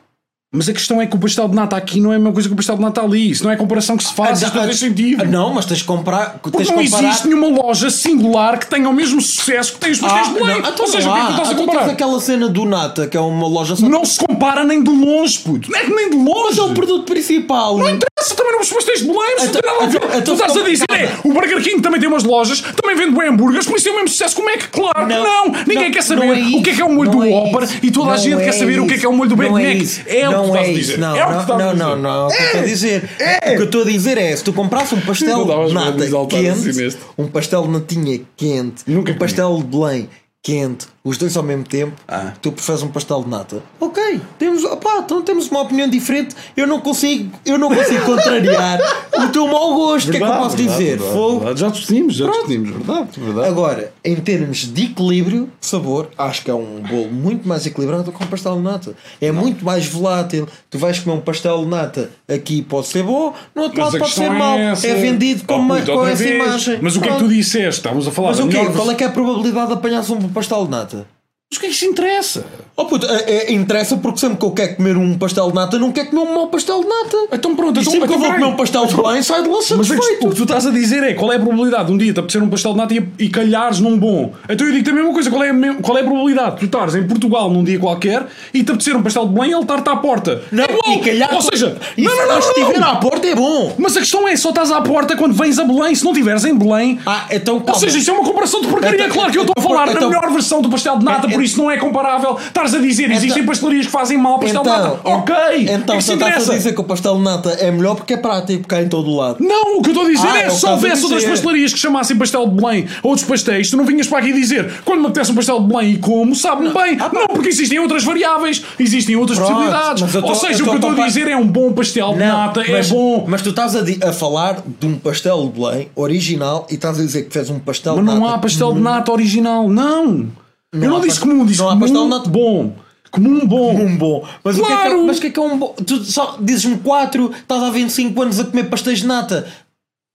[SPEAKER 1] Mas a questão é que o pastel de nata aqui não é a mesma coisa que o pastel de nata ali. Isso não é a comparação que se faz, isto não tem sentido.
[SPEAKER 2] Ah, Não, mas tens de comprar.
[SPEAKER 1] Porque
[SPEAKER 2] tens de
[SPEAKER 1] não
[SPEAKER 2] comparar-
[SPEAKER 1] existe nenhuma loja singular que tenha o mesmo sucesso que tem os pastéis
[SPEAKER 2] Ah,
[SPEAKER 1] de Belém.
[SPEAKER 2] não, então
[SPEAKER 1] Ou seja,
[SPEAKER 2] não
[SPEAKER 1] o que é
[SPEAKER 2] há.
[SPEAKER 1] que tu estás a
[SPEAKER 2] Então
[SPEAKER 1] comparar?
[SPEAKER 2] tens aquela cena do nata, que é uma loja só.
[SPEAKER 1] Não se compara nem de longe, puto. Nem, nem de longe.
[SPEAKER 2] Mas é o produto principal. é?
[SPEAKER 1] Não interessa também não os pastéis de Belém. isso não
[SPEAKER 2] Então-
[SPEAKER 1] tem nada a ver.
[SPEAKER 2] então- então
[SPEAKER 1] tu estás
[SPEAKER 2] se
[SPEAKER 1] a dizer, é, o Burger King também tem umas lojas, também vende bem hambúrgueres, por isso é o mesmo sucesso. Como é que? Claro que
[SPEAKER 2] Não,
[SPEAKER 1] não. Ninguém
[SPEAKER 2] não,
[SPEAKER 1] quer saber
[SPEAKER 2] não é isso,
[SPEAKER 1] o que é que é o molho
[SPEAKER 2] não
[SPEAKER 1] do
[SPEAKER 2] é
[SPEAKER 1] Ópera
[SPEAKER 2] isso,
[SPEAKER 1] e toda a
[SPEAKER 2] não
[SPEAKER 1] gente
[SPEAKER 2] é
[SPEAKER 1] quer saber o que é que é o molho do Big
[SPEAKER 2] não
[SPEAKER 1] Mac.
[SPEAKER 2] é isso,
[SPEAKER 1] É o que tu estás a
[SPEAKER 2] não é isso,
[SPEAKER 1] dizer.
[SPEAKER 2] Não,
[SPEAKER 1] É o que tu
[SPEAKER 2] não,
[SPEAKER 1] estás a
[SPEAKER 2] não, não,
[SPEAKER 1] dizer. É.
[SPEAKER 2] não, o que eu estou a dizer. O que eu estou a dizer é, se tu comprasse um
[SPEAKER 1] Não
[SPEAKER 2] pastel
[SPEAKER 1] davas
[SPEAKER 2] de
[SPEAKER 1] para
[SPEAKER 2] nata
[SPEAKER 1] exaltar assim
[SPEAKER 2] quente,
[SPEAKER 1] neste.
[SPEAKER 2] um pastel de natinha quente,
[SPEAKER 1] Nunca
[SPEAKER 2] um
[SPEAKER 1] comi.
[SPEAKER 2] pastel de Belém quente, os dois ao mesmo tempo,
[SPEAKER 1] Ah.
[SPEAKER 2] tu preferes um pastel de nata. Ok, temos, opá, então temos uma opinião diferente, eu não consigo, eu não consigo contrariar o teu mau gosto, o que é que eu posso dizer? Fogo.
[SPEAKER 1] Já discutimos, já discutimos, verdade, verdade.
[SPEAKER 2] Agora, em termos de equilíbrio, sabor, acho que é um bolo muito mais equilibrado do que um pastel de nata. É muito mais volátil. Tu vais comer um pastel de nata, aqui pode ser bom, no outro
[SPEAKER 1] Mas
[SPEAKER 2] lado
[SPEAKER 1] a
[SPEAKER 2] pode
[SPEAKER 1] questão
[SPEAKER 2] ser mau.
[SPEAKER 1] essa.
[SPEAKER 2] É vendido
[SPEAKER 1] Oh,
[SPEAKER 2] com, uma-
[SPEAKER 1] puto,
[SPEAKER 2] com
[SPEAKER 1] outra
[SPEAKER 2] essa
[SPEAKER 1] vez.
[SPEAKER 2] imagem.
[SPEAKER 1] Mas o que é que tu
[SPEAKER 2] Pronto.
[SPEAKER 1] disseste? Estávamos a falar
[SPEAKER 2] Mas
[SPEAKER 1] da
[SPEAKER 2] o quê?
[SPEAKER 1] melhor
[SPEAKER 2] Qual é que é a probabilidade de apanhares um pastel de nata?
[SPEAKER 1] Mas o que é que se interessa?
[SPEAKER 2] Oh puto, é- é- interessa porque sempre que eu quero comer um pastel de nata, não quero comer um mau pastel de nata.
[SPEAKER 1] Então pronto,
[SPEAKER 2] E
[SPEAKER 1] então,
[SPEAKER 2] sempre que eu
[SPEAKER 1] então
[SPEAKER 2] vou
[SPEAKER 1] vai.
[SPEAKER 2] comer um pastel de bem, sai de lá
[SPEAKER 1] Mas é que
[SPEAKER 2] satisfeito.
[SPEAKER 1] o que tu estás a dizer é qual é a probabilidade de um dia te apetecer um pastel de nata e, e calhares num bom. Então eu digo-te a mesma coisa, qual é a, me- qual é a probabilidade de tu estares em Portugal num dia qualquer e te apetecer um pastel de Belém e ele estar-te à porta?
[SPEAKER 2] Não,
[SPEAKER 1] é bom!
[SPEAKER 2] e calhar-
[SPEAKER 1] Ou seja,
[SPEAKER 2] E
[SPEAKER 1] não,
[SPEAKER 2] se
[SPEAKER 1] não, não,
[SPEAKER 2] se
[SPEAKER 1] não,
[SPEAKER 2] estiver à porta é bom.
[SPEAKER 1] Mas a questão é, só estás à porta quando vens a Belém, se não estiveres em Belém...
[SPEAKER 2] Ah, então
[SPEAKER 1] Ou
[SPEAKER 2] calma.
[SPEAKER 1] seja, isto é uma comparação de porcaria,
[SPEAKER 2] Então-
[SPEAKER 1] claro que eu estou a falar da
[SPEAKER 2] então-
[SPEAKER 1] melhor versão do pastel de nata,
[SPEAKER 2] Ent-
[SPEAKER 1] por isso não é comparável. Estás a dizer, existem
[SPEAKER 2] Então-
[SPEAKER 1] pastelarias que fazem mal ao pastel de nata. Ok!
[SPEAKER 2] Então,
[SPEAKER 1] o que
[SPEAKER 2] se
[SPEAKER 1] se
[SPEAKER 2] estás a
[SPEAKER 1] interessa?
[SPEAKER 2] dizer que o pastel de nata é melhor porque é prático, cá em todo o lado.
[SPEAKER 1] Não, o que eu estou a dizer
[SPEAKER 2] Ah, é
[SPEAKER 1] é,
[SPEAKER 2] o que
[SPEAKER 1] se
[SPEAKER 2] estás a
[SPEAKER 1] houvesse outras
[SPEAKER 2] dizer.
[SPEAKER 1] pastelarias que chamassem pastel de Belém ou outros pastéis, tu não vinhas para aqui dizer quando me apetece um pastel de Belém e como, sabe-me bem. não, porque existem outras variáveis, existem outras
[SPEAKER 2] Ah, Pronto,
[SPEAKER 1] possibilidades.
[SPEAKER 2] mas eu tô-
[SPEAKER 1] ou
[SPEAKER 2] eu
[SPEAKER 1] seja,
[SPEAKER 2] tô
[SPEAKER 1] o que eu
[SPEAKER 2] a
[SPEAKER 1] estou a
[SPEAKER 2] comprar-
[SPEAKER 1] dizer é um bom pastel de nata, é bom.
[SPEAKER 2] Mas tu estás a, di- a falar de um pastel de Belém original e estás a dizer que fez um pastel
[SPEAKER 1] Mas
[SPEAKER 2] de nata.
[SPEAKER 1] não há pastel de nata original, não. eu não
[SPEAKER 2] há
[SPEAKER 1] disse
[SPEAKER 2] pastel-
[SPEAKER 1] comum, disse
[SPEAKER 2] não há
[SPEAKER 1] comum
[SPEAKER 2] pastel de nata.
[SPEAKER 1] bom. Comum bom.
[SPEAKER 2] Um bom. Mas o que é que
[SPEAKER 1] Claro!
[SPEAKER 2] é, mas o que é que é um bom? Tu só dizes-me 4, estás há 25 anos a comer pastéis de nata.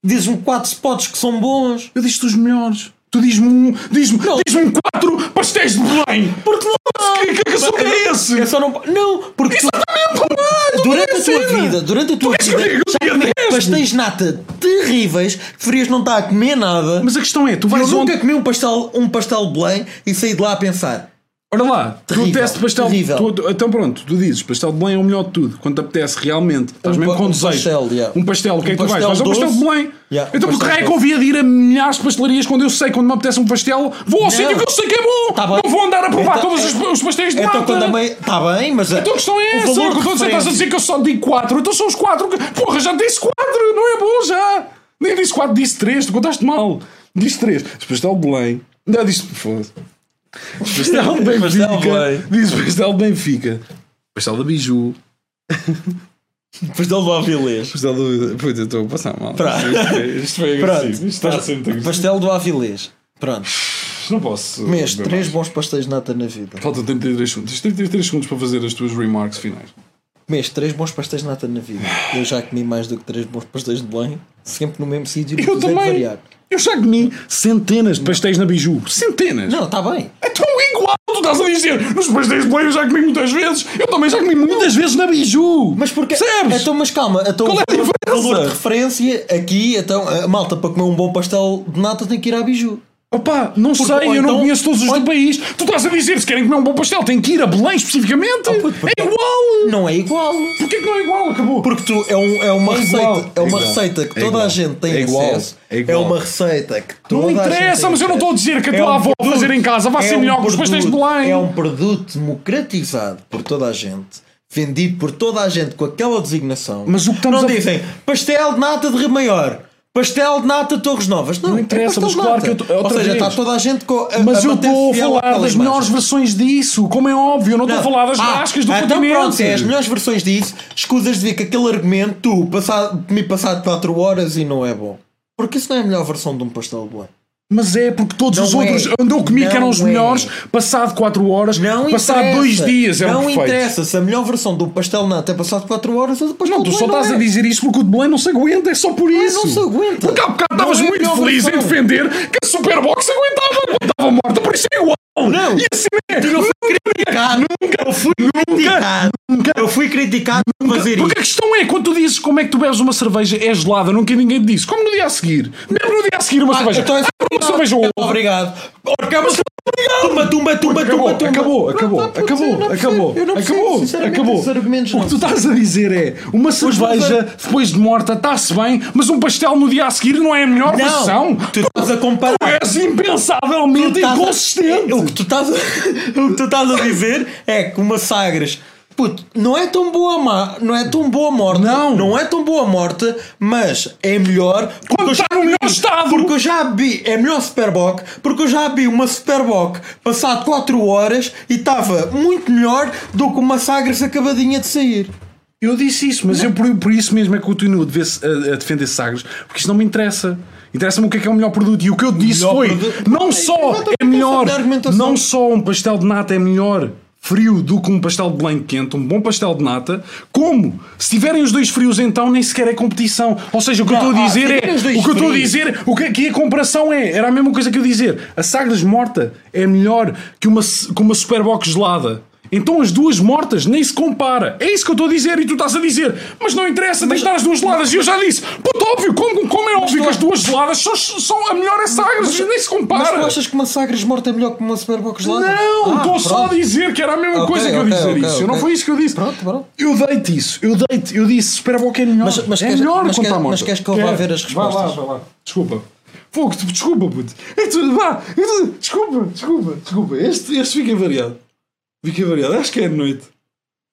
[SPEAKER 2] Dizes-me 4 spots que são bons.
[SPEAKER 1] Eu disse-te os melhores. Tu diz-me um, diz-me,
[SPEAKER 2] Não.
[SPEAKER 1] diz-me quatro pastéis de Belém.
[SPEAKER 2] Porque não há.
[SPEAKER 1] Que, que, que suco é esse?
[SPEAKER 2] Eu só não. Não, porque tu, durante a tua vida, durante a tua
[SPEAKER 1] queres que eu
[SPEAKER 2] vida,
[SPEAKER 1] diga o que é
[SPEAKER 2] já comeste
[SPEAKER 1] deste?
[SPEAKER 2] pastéis de nata terríveis que preferias não estar a comer nada.
[SPEAKER 1] Mas a questão é, tu
[SPEAKER 2] eu
[SPEAKER 1] vais
[SPEAKER 2] nunca
[SPEAKER 1] onde-
[SPEAKER 2] comi um pastel, um pastel de Belém e saí de lá a pensar.
[SPEAKER 1] Ora lá, tu
[SPEAKER 2] Terrível,
[SPEAKER 1] teste pastel.
[SPEAKER 2] terrível.
[SPEAKER 1] tu- tu- então pronto, tu dizes pastel de Belém é o melhor de tudo, quando te apetece realmente. Estás
[SPEAKER 2] Um
[SPEAKER 1] mesmo
[SPEAKER 2] pa-
[SPEAKER 1] com
[SPEAKER 2] um
[SPEAKER 1] desejo.
[SPEAKER 2] pastel, yeah.
[SPEAKER 1] Um pastel, o que
[SPEAKER 2] Um
[SPEAKER 1] é que tu vais?
[SPEAKER 2] pastel
[SPEAKER 1] Vais ao pastel de
[SPEAKER 2] doce.
[SPEAKER 1] Belém.
[SPEAKER 2] Yeah, um
[SPEAKER 1] então porque
[SPEAKER 2] pastel
[SPEAKER 1] é que
[SPEAKER 2] doce.
[SPEAKER 1] havia de ir a milhares de pastelarias quando eu sei quando me apetece um pastel? Vou ao
[SPEAKER 2] Não.
[SPEAKER 1] sítio que eu sei que é bom!
[SPEAKER 2] Tá bem.
[SPEAKER 1] não vou andar a provar
[SPEAKER 2] Então-
[SPEAKER 1] todos os, os pastéis de
[SPEAKER 2] Então
[SPEAKER 1] nata.
[SPEAKER 2] quando a mãe. Está bem, mas. eh,
[SPEAKER 1] Então a questão é
[SPEAKER 2] o
[SPEAKER 1] essa,
[SPEAKER 2] valor
[SPEAKER 1] o que eu estou a dizer, estás a
[SPEAKER 2] referente-
[SPEAKER 1] dizer que eu só digo quatro, então são os quatro que. Porra, já disse quatro, não é bom já. Nem disse quatro, disse três, tu contaste mal. Disse três. Se pastel de Belém. Não, disse. Foda-se. Se Pastel de
[SPEAKER 2] Pastel de
[SPEAKER 1] Benfica.
[SPEAKER 2] Belém.
[SPEAKER 1] Disse pastel de Benfica. Pastel da Biju.
[SPEAKER 2] Pastel do Avilés.
[SPEAKER 1] Pastel do. Pois eu estou a passar mal.
[SPEAKER 2] Pra-
[SPEAKER 1] Isto foi- Isto foi agressivo. Isto
[SPEAKER 2] Pronto.
[SPEAKER 1] está assim, a ser muito agressivo.
[SPEAKER 2] Pastel do Avilés. Pronto.
[SPEAKER 1] Não posso.
[SPEAKER 2] Mês,
[SPEAKER 1] beber
[SPEAKER 2] três
[SPEAKER 1] mais.
[SPEAKER 2] bons pastéis de nata na vida.
[SPEAKER 1] Faltam 33 segundos. Tens 33 segundos para fazer as tuas remarks finais.
[SPEAKER 2] Mês, três bons pastéis de nata na vida. Eu já comi mais do que três bons pastéis de Belém. Sempre no mesmo sítio e
[SPEAKER 1] Eu
[SPEAKER 2] precisei de
[SPEAKER 1] também.
[SPEAKER 2] variar.
[SPEAKER 1] Eu já comi centenas de pastéis na biju. Centenas!
[SPEAKER 2] Não, está bem.
[SPEAKER 1] É tão igual, tu estás a dizer. Nos pastéis de Belém eu já comi muitas vezes. Eu também já comi muitas vezes na biju.
[SPEAKER 2] Mas porque.
[SPEAKER 1] Percebes?
[SPEAKER 2] Então, mas calma, então,
[SPEAKER 1] Qual é a
[SPEAKER 2] o valor-
[SPEAKER 1] diferença?
[SPEAKER 2] valor de referência aqui, então, a malta para comer um bom pastel de nata tem que ir à biju.
[SPEAKER 1] Opa, não
[SPEAKER 2] Porque-
[SPEAKER 1] sei,
[SPEAKER 2] ou
[SPEAKER 1] eu não
[SPEAKER 2] então-
[SPEAKER 1] conheço todos os do país. Tu estás a dizer, se querem comer um bom pastel, têm que ir a Belém especificamente.
[SPEAKER 2] Oh, puto, porque-
[SPEAKER 1] É igual.
[SPEAKER 2] Não é igual.
[SPEAKER 1] Porquê que não é igual? Acabou.
[SPEAKER 2] Porque tu é, um- é uma
[SPEAKER 1] É
[SPEAKER 2] receita,
[SPEAKER 1] igual,
[SPEAKER 2] é
[SPEAKER 1] é
[SPEAKER 2] uma
[SPEAKER 1] igual,
[SPEAKER 2] receita que
[SPEAKER 1] é
[SPEAKER 2] toda
[SPEAKER 1] igual,
[SPEAKER 2] a gente tem
[SPEAKER 1] é igual,
[SPEAKER 2] acesso.
[SPEAKER 1] é
[SPEAKER 2] É,
[SPEAKER 1] igual.
[SPEAKER 2] uma receita que toda
[SPEAKER 1] Não
[SPEAKER 2] a gente
[SPEAKER 1] interessa,
[SPEAKER 2] tem
[SPEAKER 1] mas eu não estou a
[SPEAKER 2] acesso.
[SPEAKER 1] dizer que a
[SPEAKER 2] É
[SPEAKER 1] tua
[SPEAKER 2] um
[SPEAKER 1] avó a
[SPEAKER 2] produto-
[SPEAKER 1] fazer em casa vai ser
[SPEAKER 2] um
[SPEAKER 1] melhor que os pastéis de
[SPEAKER 2] produto-
[SPEAKER 1] Belém.
[SPEAKER 2] É um produto democratizado por toda a gente, vendido por toda a gente com aquela designação.
[SPEAKER 1] Mas o que estamos
[SPEAKER 2] não
[SPEAKER 1] a-
[SPEAKER 2] dizem pastel de nata de Rio Maior. Pastel de nata de Torres Novas. Não,
[SPEAKER 1] Não
[SPEAKER 2] é
[SPEAKER 1] interessa,
[SPEAKER 2] pastel
[SPEAKER 1] mas
[SPEAKER 2] de
[SPEAKER 1] claro
[SPEAKER 2] nata.
[SPEAKER 1] que eu tô- é outra
[SPEAKER 2] Ou seja,
[SPEAKER 1] vez.
[SPEAKER 2] está toda a gente com a,
[SPEAKER 1] Mas
[SPEAKER 2] a
[SPEAKER 1] eu
[SPEAKER 2] bater
[SPEAKER 1] estou a
[SPEAKER 2] fiel
[SPEAKER 1] falar
[SPEAKER 2] àquela
[SPEAKER 1] das
[SPEAKER 2] imagem.
[SPEAKER 1] melhores versões disso, como é óbvio. Eu não estou a falar das
[SPEAKER 2] Ah,
[SPEAKER 1] rascas do
[SPEAKER 2] ah, Então
[SPEAKER 1] continente.
[SPEAKER 2] pronto, é as melhores versões disso. Escusas de ver que aquele argumento tu passado, me passado 4 horas e não é bom. Porque isso não é a melhor versão de um pastel de Belém.
[SPEAKER 1] Mas é porque todos
[SPEAKER 2] Não
[SPEAKER 1] os
[SPEAKER 2] é.
[SPEAKER 1] outros onde eu comi que eram os
[SPEAKER 2] Não é.
[SPEAKER 1] melhores, passado 4 horas,
[SPEAKER 2] Não
[SPEAKER 1] passado
[SPEAKER 2] interessa.
[SPEAKER 1] 2 dias é eram
[SPEAKER 2] Não
[SPEAKER 1] perfeitos.
[SPEAKER 2] interessa se a melhor versão do pastel nata é passado 4 horas ou depois
[SPEAKER 1] Não, tu só estás a dizer isso porque o de Belém não se aguenta, é só por isso.
[SPEAKER 2] é. não se aguenta.
[SPEAKER 1] Porque há bocado
[SPEAKER 2] Não
[SPEAKER 1] estavas
[SPEAKER 2] é
[SPEAKER 1] muito
[SPEAKER 2] melhor
[SPEAKER 1] feliz em
[SPEAKER 2] versão.
[SPEAKER 1] defender que a Superbox aguentava, aguentava morta, por isso é igual.
[SPEAKER 2] Não.
[SPEAKER 1] E assim é.
[SPEAKER 2] não fui criticado. Nunca, eu fui criticado. Eu fui criticado por fazer isso.
[SPEAKER 1] Porque a questão é, quando tu dizes como é que tu bebes uma cerveja, é gelada, nunca ninguém te disse. Como no dia a seguir? Mesmo no dia a seguir uma cerveja.
[SPEAKER 2] então é só-
[SPEAKER 1] abre uma cerveja ou outra.
[SPEAKER 2] Obrigado. Orcamos. Tumba, tumba, tumba,
[SPEAKER 1] Acabou,
[SPEAKER 2] tumba, tumba.
[SPEAKER 1] acabou, acabou,
[SPEAKER 2] Não, não, putz, tá eu
[SPEAKER 1] acabou,
[SPEAKER 2] não percebo.
[SPEAKER 1] acabou,
[SPEAKER 2] Eu não percebo,
[SPEAKER 1] acabou,
[SPEAKER 2] sinceramente,
[SPEAKER 1] acabou.
[SPEAKER 2] esses argumentos
[SPEAKER 1] O
[SPEAKER 2] não
[SPEAKER 1] que tu estás a dizer é uma cerveja depois de morta está-se bem, mas um pastel no dia a seguir não é a melhor versão.
[SPEAKER 2] Não, tu estás a comparar.
[SPEAKER 1] Tu és impensavelmente
[SPEAKER 2] estás a- é,
[SPEAKER 1] inconsistente.
[SPEAKER 2] O que tu estás a, o que tu estás a dizer é que uma Sagres. Puto, não é tão boa má, não é tão boa morte,
[SPEAKER 1] Não.
[SPEAKER 2] não é tão boa morte, mas é melhor
[SPEAKER 1] Quando
[SPEAKER 2] eu já
[SPEAKER 1] está no melhor
[SPEAKER 2] vi-
[SPEAKER 1] estado.
[SPEAKER 2] Porque eu já vi, é melhor Superboc, porque eu já vi uma Superboc passado 4 horas e estava muito melhor do que uma Sagres acabadinha de sair.
[SPEAKER 1] Eu disse isso, mas eu por, por isso mesmo é que continuo a, dever- a- a defender Sagres, porque isso não me interessa. Interessa-me o que é que é o melhor produto. E o que eu disse
[SPEAKER 2] Melhor
[SPEAKER 1] foi:
[SPEAKER 2] produto-
[SPEAKER 1] não só
[SPEAKER 2] exatamente
[SPEAKER 1] é melhor,
[SPEAKER 2] essa argumentação.
[SPEAKER 1] não só um pastel de nata é melhor frio do que um pastel de Belém quente, um bom pastel de nata, como se tiverem os dois frios então nem sequer é competição. Ou seja, o que eu
[SPEAKER 2] Não,
[SPEAKER 1] estou a
[SPEAKER 2] ah,
[SPEAKER 1] dizer
[SPEAKER 2] se
[SPEAKER 1] é,
[SPEAKER 2] tiverem os dois
[SPEAKER 1] o que eu estou a
[SPEAKER 2] frios.
[SPEAKER 1] dizer, o que aqui a comparação é, era a mesma coisa que eu dizer, a Sagres morta é melhor que uma que uma Superbox gelada. Então as duas mortas nem se compara. É isso que eu estou a dizer e tu estás a dizer. Mas não interessa, tens de dar as duas geladas. E eu já disse, puto óbvio, como, como é óbvio que as duas geladas são, são a melhor é Sagres, nem se
[SPEAKER 2] Mas
[SPEAKER 1] compara.
[SPEAKER 2] tu achas que uma Sagres morta é melhor que uma Superboc gelada?
[SPEAKER 1] Não,
[SPEAKER 2] Ah,
[SPEAKER 1] estou só a
[SPEAKER 2] pronto.
[SPEAKER 1] dizer que era a mesma
[SPEAKER 2] Ok,
[SPEAKER 1] coisa que eu
[SPEAKER 2] ok,
[SPEAKER 1] dizer
[SPEAKER 2] ok,
[SPEAKER 1] isso. Eu Não
[SPEAKER 2] ok.
[SPEAKER 1] foi isso que eu disse.
[SPEAKER 2] Pronto, pronto.
[SPEAKER 1] Eu dei-te isso, eu dei-te, eu disse, espera que é melhor.
[SPEAKER 2] Mas- mas
[SPEAKER 1] é
[SPEAKER 2] queres-
[SPEAKER 1] melhor quando
[SPEAKER 2] mas queres-
[SPEAKER 1] está morta.
[SPEAKER 2] mas queres que eu vá
[SPEAKER 1] Quero.
[SPEAKER 2] ver as
[SPEAKER 1] Vai lá,
[SPEAKER 2] respostas?
[SPEAKER 1] vai lá. Desculpa. Fogo, tu- desculpa, puto. É tu- vá, é tu- desculpa, desculpa, desculpa. Este, este fica variado. Fica variado, acho que é de noite.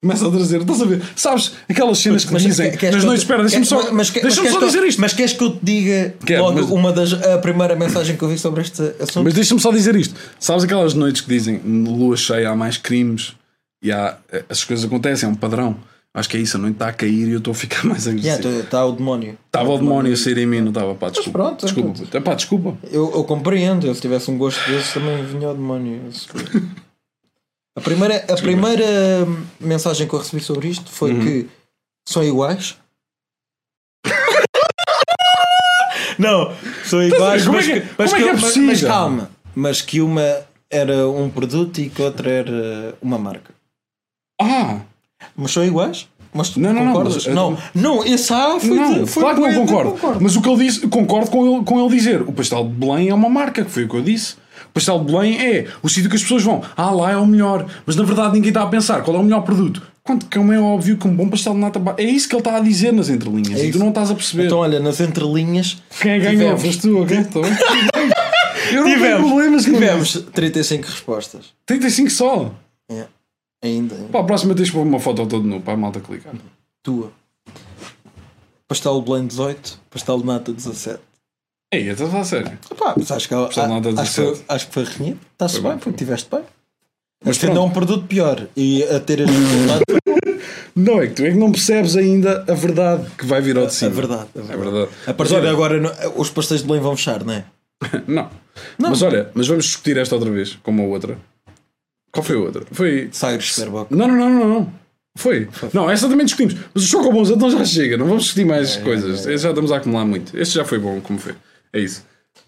[SPEAKER 1] Começa a trazer, estás a ver? Sabes aquelas cenas que
[SPEAKER 2] Mas
[SPEAKER 1] dizem
[SPEAKER 2] que- queres
[SPEAKER 1] nas
[SPEAKER 2] que eu
[SPEAKER 1] noites,
[SPEAKER 2] te-
[SPEAKER 1] espera, deixa-me
[SPEAKER 2] que-
[SPEAKER 1] só,
[SPEAKER 2] mas- mas que- mas
[SPEAKER 1] deixa-me
[SPEAKER 2] queres
[SPEAKER 1] só
[SPEAKER 2] que eu-
[SPEAKER 1] dizer isto.
[SPEAKER 2] Mas queres que eu te diga
[SPEAKER 1] Quero,
[SPEAKER 2] logo
[SPEAKER 1] mas-
[SPEAKER 2] uma das, a primeira mensagem que eu vi sobre este assunto?
[SPEAKER 1] Mas deixa-me só dizer isto. Sabes aquelas noites que dizem "Na lua cheia há mais crimes e há, essas coisas acontecem, é um padrão. Acho que é isso, a noite está a cair e eu estou a ficar mais
[SPEAKER 2] Yeah,
[SPEAKER 1] agressivo.
[SPEAKER 2] tu- tá o demónio.
[SPEAKER 1] Estava o demónio a sair em mim, não estava, pá, desculpa.
[SPEAKER 2] pronto,
[SPEAKER 1] desculpa,
[SPEAKER 2] então.
[SPEAKER 1] puto. Epá, desculpa.
[SPEAKER 2] Eu, eu compreendo, eu, se tivesse um gosto desses também vinha ao demónio. Eu- A primeira, a primeira mensagem que eu recebi sobre isto foi que são iguais. Não, são iguais.
[SPEAKER 1] Como é
[SPEAKER 2] mas
[SPEAKER 1] que-
[SPEAKER 2] que- mas
[SPEAKER 1] como é que é
[SPEAKER 2] que- mas-
[SPEAKER 1] possível?
[SPEAKER 2] Mas calma, mas que uma era um produto e que outra era uma marca.
[SPEAKER 1] Ah,
[SPEAKER 2] Mas são iguais? Mas tu
[SPEAKER 1] Não, não, não,
[SPEAKER 2] concordas?
[SPEAKER 1] mas- eh,
[SPEAKER 2] não, não, esse A foi.
[SPEAKER 1] não,
[SPEAKER 2] foi
[SPEAKER 1] claro que não
[SPEAKER 2] foi-
[SPEAKER 1] concordo. Mas o que ele disse, concordo com ele, com ele dizer: o pastel de Belém é uma marca, que foi o que eu disse. O pastel de Belém é o sítio que as pessoas vão. Ah, lá é o melhor. Mas na verdade ninguém está a pensar qual é o melhor produto. Quanto que é óbvio que um bom pastel de nata. ba- É isso que ele está a dizer nas entrelinhas e tu
[SPEAKER 2] É isso.
[SPEAKER 1] não estás a perceber.
[SPEAKER 2] Então, olha, nas entrelinhas.
[SPEAKER 1] Quem é ganhou?
[SPEAKER 2] tivemos-
[SPEAKER 1] Foste tu, ok? Então, Eu não tenho
[SPEAKER 2] Tivemos,
[SPEAKER 1] problemas com
[SPEAKER 2] tivemos
[SPEAKER 1] isso.
[SPEAKER 2] 35 respostas.
[SPEAKER 1] 35 só.
[SPEAKER 2] É. Ainda.
[SPEAKER 1] Pá, a próxima tens que pôr uma foto todo nu para a malta clicar.
[SPEAKER 2] Tua. pastel de Belém 18, pastel de nata 17.
[SPEAKER 1] Ei, eu estou a falar sério.
[SPEAKER 2] Epá, mas acho que, a-
[SPEAKER 1] Pastel de nata
[SPEAKER 2] acho, que foi,
[SPEAKER 1] 17.
[SPEAKER 2] acho que foi renhido. Está-se
[SPEAKER 1] Foi
[SPEAKER 2] bem,
[SPEAKER 1] bom.
[SPEAKER 2] foi, tiveste bem.
[SPEAKER 1] Mas
[SPEAKER 2] Mas tendo
[SPEAKER 1] pronto.
[SPEAKER 2] um produto pior e a ter este resultado,
[SPEAKER 1] Não, é que tu é que não percebes ainda a verdade que vai vir ao de
[SPEAKER 2] é
[SPEAKER 1] cima.
[SPEAKER 2] verdade. É
[SPEAKER 1] É
[SPEAKER 2] verdade.
[SPEAKER 1] verdade.
[SPEAKER 2] A partir de agora, não- os pastéis de Belém vão fechar, não é?
[SPEAKER 1] Não. Mas olha, mas vamos discutir esta outra vez, como a outra. Qual foi a outra? Foi.
[SPEAKER 2] Sagres Superboc.
[SPEAKER 1] Não, não, não, não, não. Foi. Não, essa também discutimos. Mas o Chocobons então já chega, não vamos discutir mais coisas. Esse já estamos a acumular muito. Este já foi bom, como foi. É isso.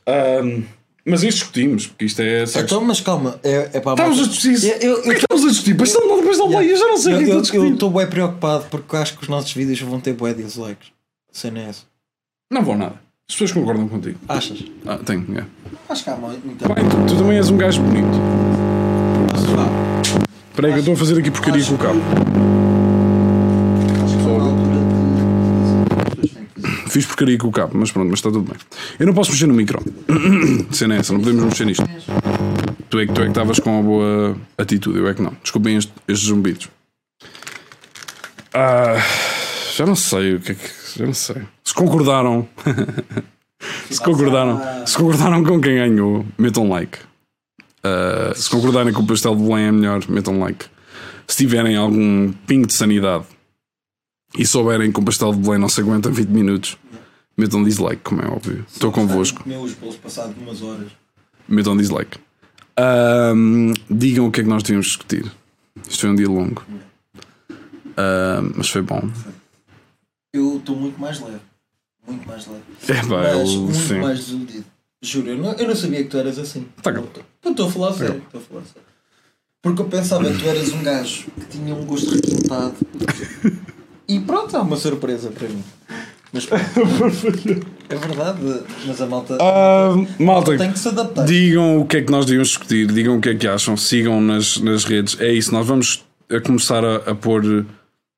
[SPEAKER 1] Ahm, mas este discutimos, porque isto é. Sagres
[SPEAKER 2] Então, mas calma, é, é para a
[SPEAKER 1] Estamos a
[SPEAKER 2] malta-
[SPEAKER 1] discutir.
[SPEAKER 2] Eu- eu-
[SPEAKER 1] O que é que estamos a discutir? Mas não, mas não, eu já não sei o que é que estou a
[SPEAKER 2] Eu- Eu
[SPEAKER 1] discutir.
[SPEAKER 2] estou bem preocupado porque eu acho que os nossos vídeos vão ter bué dislikes. Cena é essa.
[SPEAKER 1] Não vão nada. As pessoas concordam contigo.
[SPEAKER 2] Achas?
[SPEAKER 1] Ah, tenho, é.
[SPEAKER 2] Acho que há mu- muita
[SPEAKER 1] Bem, tu, tu também és um gajo bonito.
[SPEAKER 2] Vá,
[SPEAKER 1] Espera aí que eu estou a fazer aqui porcaria com o cabo.
[SPEAKER 2] acho que há uma altura de- de- de- de-
[SPEAKER 1] Fiz porcaria com o cabo, mas pronto, mas está tudo bem. Eu não posso mexer no micro. Cena é essa, não podemos mexer nisto. Tu é que tu é que estavas com uma boa atitude, eu é que não. Desculpem este- estes zumbidos. Ah, já não sei o que é que. Já não sei. Se concordaram. se concordaram. Se concordaram com quem ganhou, metam like. Ah, se concordarem que o pastel de Belém é melhor, metam like. Se tiverem algum pingo de sanidade e souberem que o pastel de Belém não se aguenta 20 minutos, metam dislike, como é óbvio. Estou convosco
[SPEAKER 2] Comeu os bolos passado umas horas.
[SPEAKER 1] metam dislike. Ahm, digam o que é que nós devíamos discutir. Isto foi um dia longo. Ahm, mas foi bom.
[SPEAKER 2] Eu estou muito mais leve. Muito mais leve.
[SPEAKER 1] É pá,
[SPEAKER 2] Mas
[SPEAKER 1] eu,
[SPEAKER 2] muito
[SPEAKER 1] sim.
[SPEAKER 2] mais desiludido. Juro, eu não, eu não sabia que tu eras assim.
[SPEAKER 1] Tá
[SPEAKER 2] Eu
[SPEAKER 1] bom.
[SPEAKER 2] tô- eu estou a falar a sério. Estou a falar a sério. Porque eu pensava que tu eras um gajo que tinha um gosto requintado. e pronto, é uma surpresa para mim. Mas pronto. é verdade, mas a malta
[SPEAKER 1] Ah, Ahm, malta,
[SPEAKER 2] tem que se adaptar.
[SPEAKER 1] digam o que é que nós devíamos discutir, digam o que é que acham, sigam nas, nas redes. É isso, nós vamos a começar a, a pôr.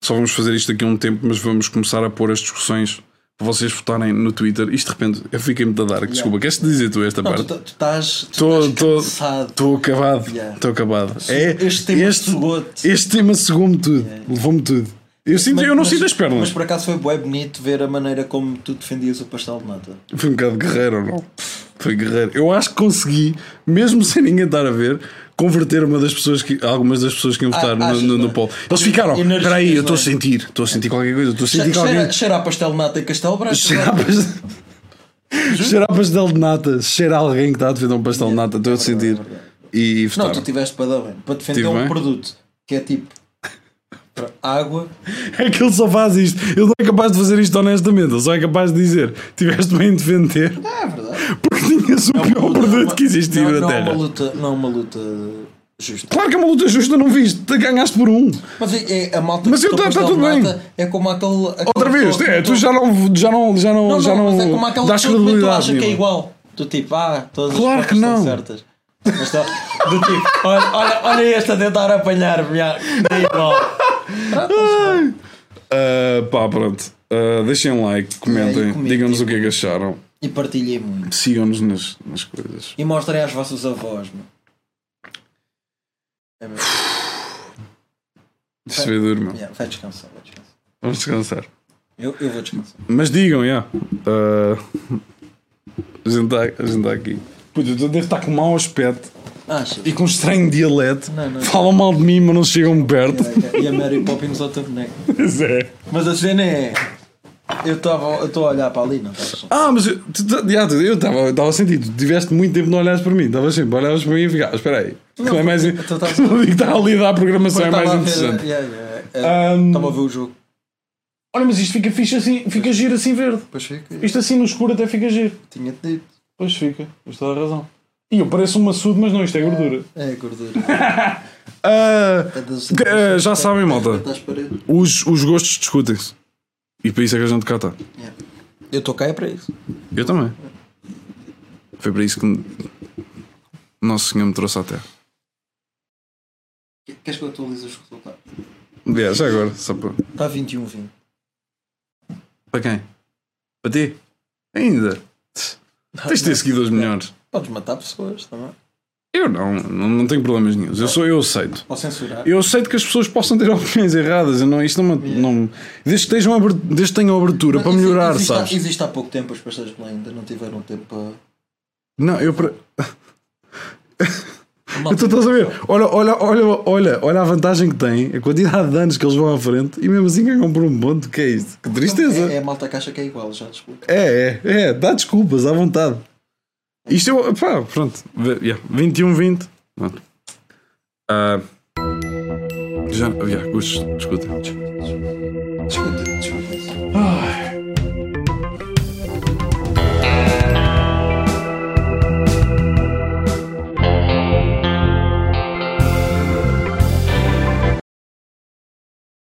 [SPEAKER 1] Só vamos fazer isto daqui a um tempo, mas vamos começar a pôr as discussões para vocês votarem no Twitter. Isto de repente, eu fiquei muito a dar. Desculpa, queres dizer tu esta
[SPEAKER 2] Não, tu, tá-
[SPEAKER 1] parte?
[SPEAKER 2] tu estás, tu
[SPEAKER 1] Estou
[SPEAKER 2] estás cansado.
[SPEAKER 1] tô acabado. Estou
[SPEAKER 2] é Yeah.
[SPEAKER 1] acabado. É,
[SPEAKER 2] Este tema sugou-te.
[SPEAKER 1] este, este tema sugou-me tudo. Levou-me tudo. Eu, sinto, eu não
[SPEAKER 2] Mas-
[SPEAKER 1] sinto as
[SPEAKER 2] Mas
[SPEAKER 1] pernas.
[SPEAKER 2] por acaso foi bué bonito ver a maneira como tu defendias o pastel de nata.
[SPEAKER 1] Foi um bocado guerreiro,
[SPEAKER 2] Oh,
[SPEAKER 1] ou não? Foi guerreiro. Eu acho que consegui, mesmo sem ninguém estar a ver, converter uma das pessoas que, algumas das pessoas que iam votar no,
[SPEAKER 2] achas,
[SPEAKER 1] no, no
[SPEAKER 2] não é?
[SPEAKER 1] poll. Eles ficaram.
[SPEAKER 2] Energias,
[SPEAKER 1] Espera aí, eu estou a
[SPEAKER 2] não é?
[SPEAKER 1] sentir. Estou a sentir qualquer coisa. Estou a sentir que alguém.
[SPEAKER 2] Cheira, cheira a pastel de nata e castelo branco. é?
[SPEAKER 1] Cheira a pastel. Cheira a pastel de nata. Cheira a alguém que está a defender um pastel de nata. Estou
[SPEAKER 2] É
[SPEAKER 1] a sentir. E, e
[SPEAKER 2] Não,
[SPEAKER 1] votaram.
[SPEAKER 2] tu tiveste para dar bem. Para defender
[SPEAKER 1] Tive
[SPEAKER 2] um
[SPEAKER 1] bem?
[SPEAKER 2] produto que é tipo pra- água.
[SPEAKER 1] É que ele só faz isto. Ele não é capaz de fazer isto honestamente. Ele só é capaz de dizer: tiveste bem de defender
[SPEAKER 2] Ah, é verdade.
[SPEAKER 1] porque tinhas o
[SPEAKER 2] É
[SPEAKER 1] pior produto que existiu
[SPEAKER 2] não,
[SPEAKER 1] na
[SPEAKER 2] não é
[SPEAKER 1] Terra.
[SPEAKER 2] uma luta, não é uma luta justa.
[SPEAKER 1] Claro que é uma luta justa, não viste? Te ganhaste por um.
[SPEAKER 2] Mas é, é a malta
[SPEAKER 1] Mas
[SPEAKER 2] que
[SPEAKER 1] eu
[SPEAKER 2] botou
[SPEAKER 1] tá- tá
[SPEAKER 2] pastel
[SPEAKER 1] tudo
[SPEAKER 2] de
[SPEAKER 1] bem.
[SPEAKER 2] nata É como aquele. aquele
[SPEAKER 1] Outra vez, é, tu já não, já não, já não,
[SPEAKER 2] não,
[SPEAKER 1] já
[SPEAKER 2] não,
[SPEAKER 1] não,
[SPEAKER 2] mas é como aquela
[SPEAKER 1] dás
[SPEAKER 2] pessoa que tu
[SPEAKER 1] credibilidade.
[SPEAKER 2] achas que é
[SPEAKER 1] nenhuma.
[SPEAKER 2] igual. Tu tipo, ah, todas
[SPEAKER 1] Claro
[SPEAKER 2] as
[SPEAKER 1] que
[SPEAKER 2] fotos estão
[SPEAKER 1] não.
[SPEAKER 2] certas. Mas tá, do tipo, olha, olha, olha este a tentar apanhar-me. ah, É igual.
[SPEAKER 1] Ah, pá, pronto. Ah, deixem um like, comentem,
[SPEAKER 2] E tipo. comentem.
[SPEAKER 1] digam-nos o que é que acharam.
[SPEAKER 2] E partilhem muito.
[SPEAKER 1] Sigam-nos nas, nas coisas.
[SPEAKER 2] E mostrem às vossas avós, meu. É mesmo.
[SPEAKER 1] Isto vai dormir.
[SPEAKER 2] Yeah, vai descansar, vai descansar.
[SPEAKER 1] Vamos descansar.
[SPEAKER 2] Eu, eu vou descansar.
[SPEAKER 1] Mas digam, já. Ah, a, gente tá, a gente tá aqui. Puta, eu devo estar com mau aspecto
[SPEAKER 2] Achas?
[SPEAKER 1] e com um estranho dialeto.
[SPEAKER 2] Não, não.
[SPEAKER 1] Falam mal de mim, mas não chegam perto.
[SPEAKER 2] E a Mary Poppins outra boneca.
[SPEAKER 1] Pois é.
[SPEAKER 2] Mas a cena é. Eu estava eu estou a olhar para ali, não estás?
[SPEAKER 1] Ah, mas eu estava eu estava eu estava a sentir, tu tiveste muito tempo não olhares para mim, estavas sempre, olhavas para mim e ficavas, espera aí, não, é mais,
[SPEAKER 2] tu- tu estavas-
[SPEAKER 1] não digo que está ali a dar a programação, é
[SPEAKER 2] Estava
[SPEAKER 1] mais
[SPEAKER 2] a ver-
[SPEAKER 1] interessante.
[SPEAKER 2] yeah, yeah, yeah.
[SPEAKER 1] Um,
[SPEAKER 2] Estava a ver o jogo.
[SPEAKER 1] Olha, mas isto fica fixe assim, fica giro assim verde,
[SPEAKER 2] Pois foi que
[SPEAKER 1] isto assim no escuro até fica giro.
[SPEAKER 2] tinha-te dito.
[SPEAKER 1] Pois fica, mas toda a razão. E eu pareço um maçudo, mas não, isto é gordura.
[SPEAKER 2] É, gordura.
[SPEAKER 1] Ah,
[SPEAKER 2] É das-
[SPEAKER 1] eh, já sabem, malta,
[SPEAKER 2] Estás parede.
[SPEAKER 1] os, os gostos discutem-se. E para isso é que a gente cá está.
[SPEAKER 2] Eu estou cá é para isso.
[SPEAKER 1] Eu também. Foi para isso que Nosso Senhor me trouxe à Terra.
[SPEAKER 2] Queres que eu atualize os resultados?
[SPEAKER 1] É, já agora, só para.
[SPEAKER 2] Está 21-20.
[SPEAKER 1] Para quem? Para ti? Ainda? Tens de ter seguidores melhores.
[SPEAKER 2] Podes matar pessoas tá também.
[SPEAKER 1] Eu não, não, não tenho problemas nenhum. Eu, sou, eu aceito.
[SPEAKER 3] Ou censurar.
[SPEAKER 1] Eu aceito que as pessoas possam ter opiniões erradas. Eu não, isto não, me- não Desde que estejam aber- desde que tenham abertura para melhorar,
[SPEAKER 2] existe,
[SPEAKER 1] sabes?
[SPEAKER 2] Existe há pouco tempo, as pessoas que lá ainda não tiveram tempo para.
[SPEAKER 1] Não, eu. Pra... Eu tu estás a ver? Olha, olha, olha, olha, olha a vantagem que tem, a quantidade de anos que eles vão à frente e mesmo assim ganham por um ponto. Que é isto? Que tristeza.
[SPEAKER 2] É, é a malta que acha que é igual, já desculpa.
[SPEAKER 1] É, é, é, dá desculpas à vontade. Isto eu. Pá, pronto. Vê- Yeah, 21-20. Pronto. Ah, já. Yeah, gostos, escuta.
[SPEAKER 2] Escuta.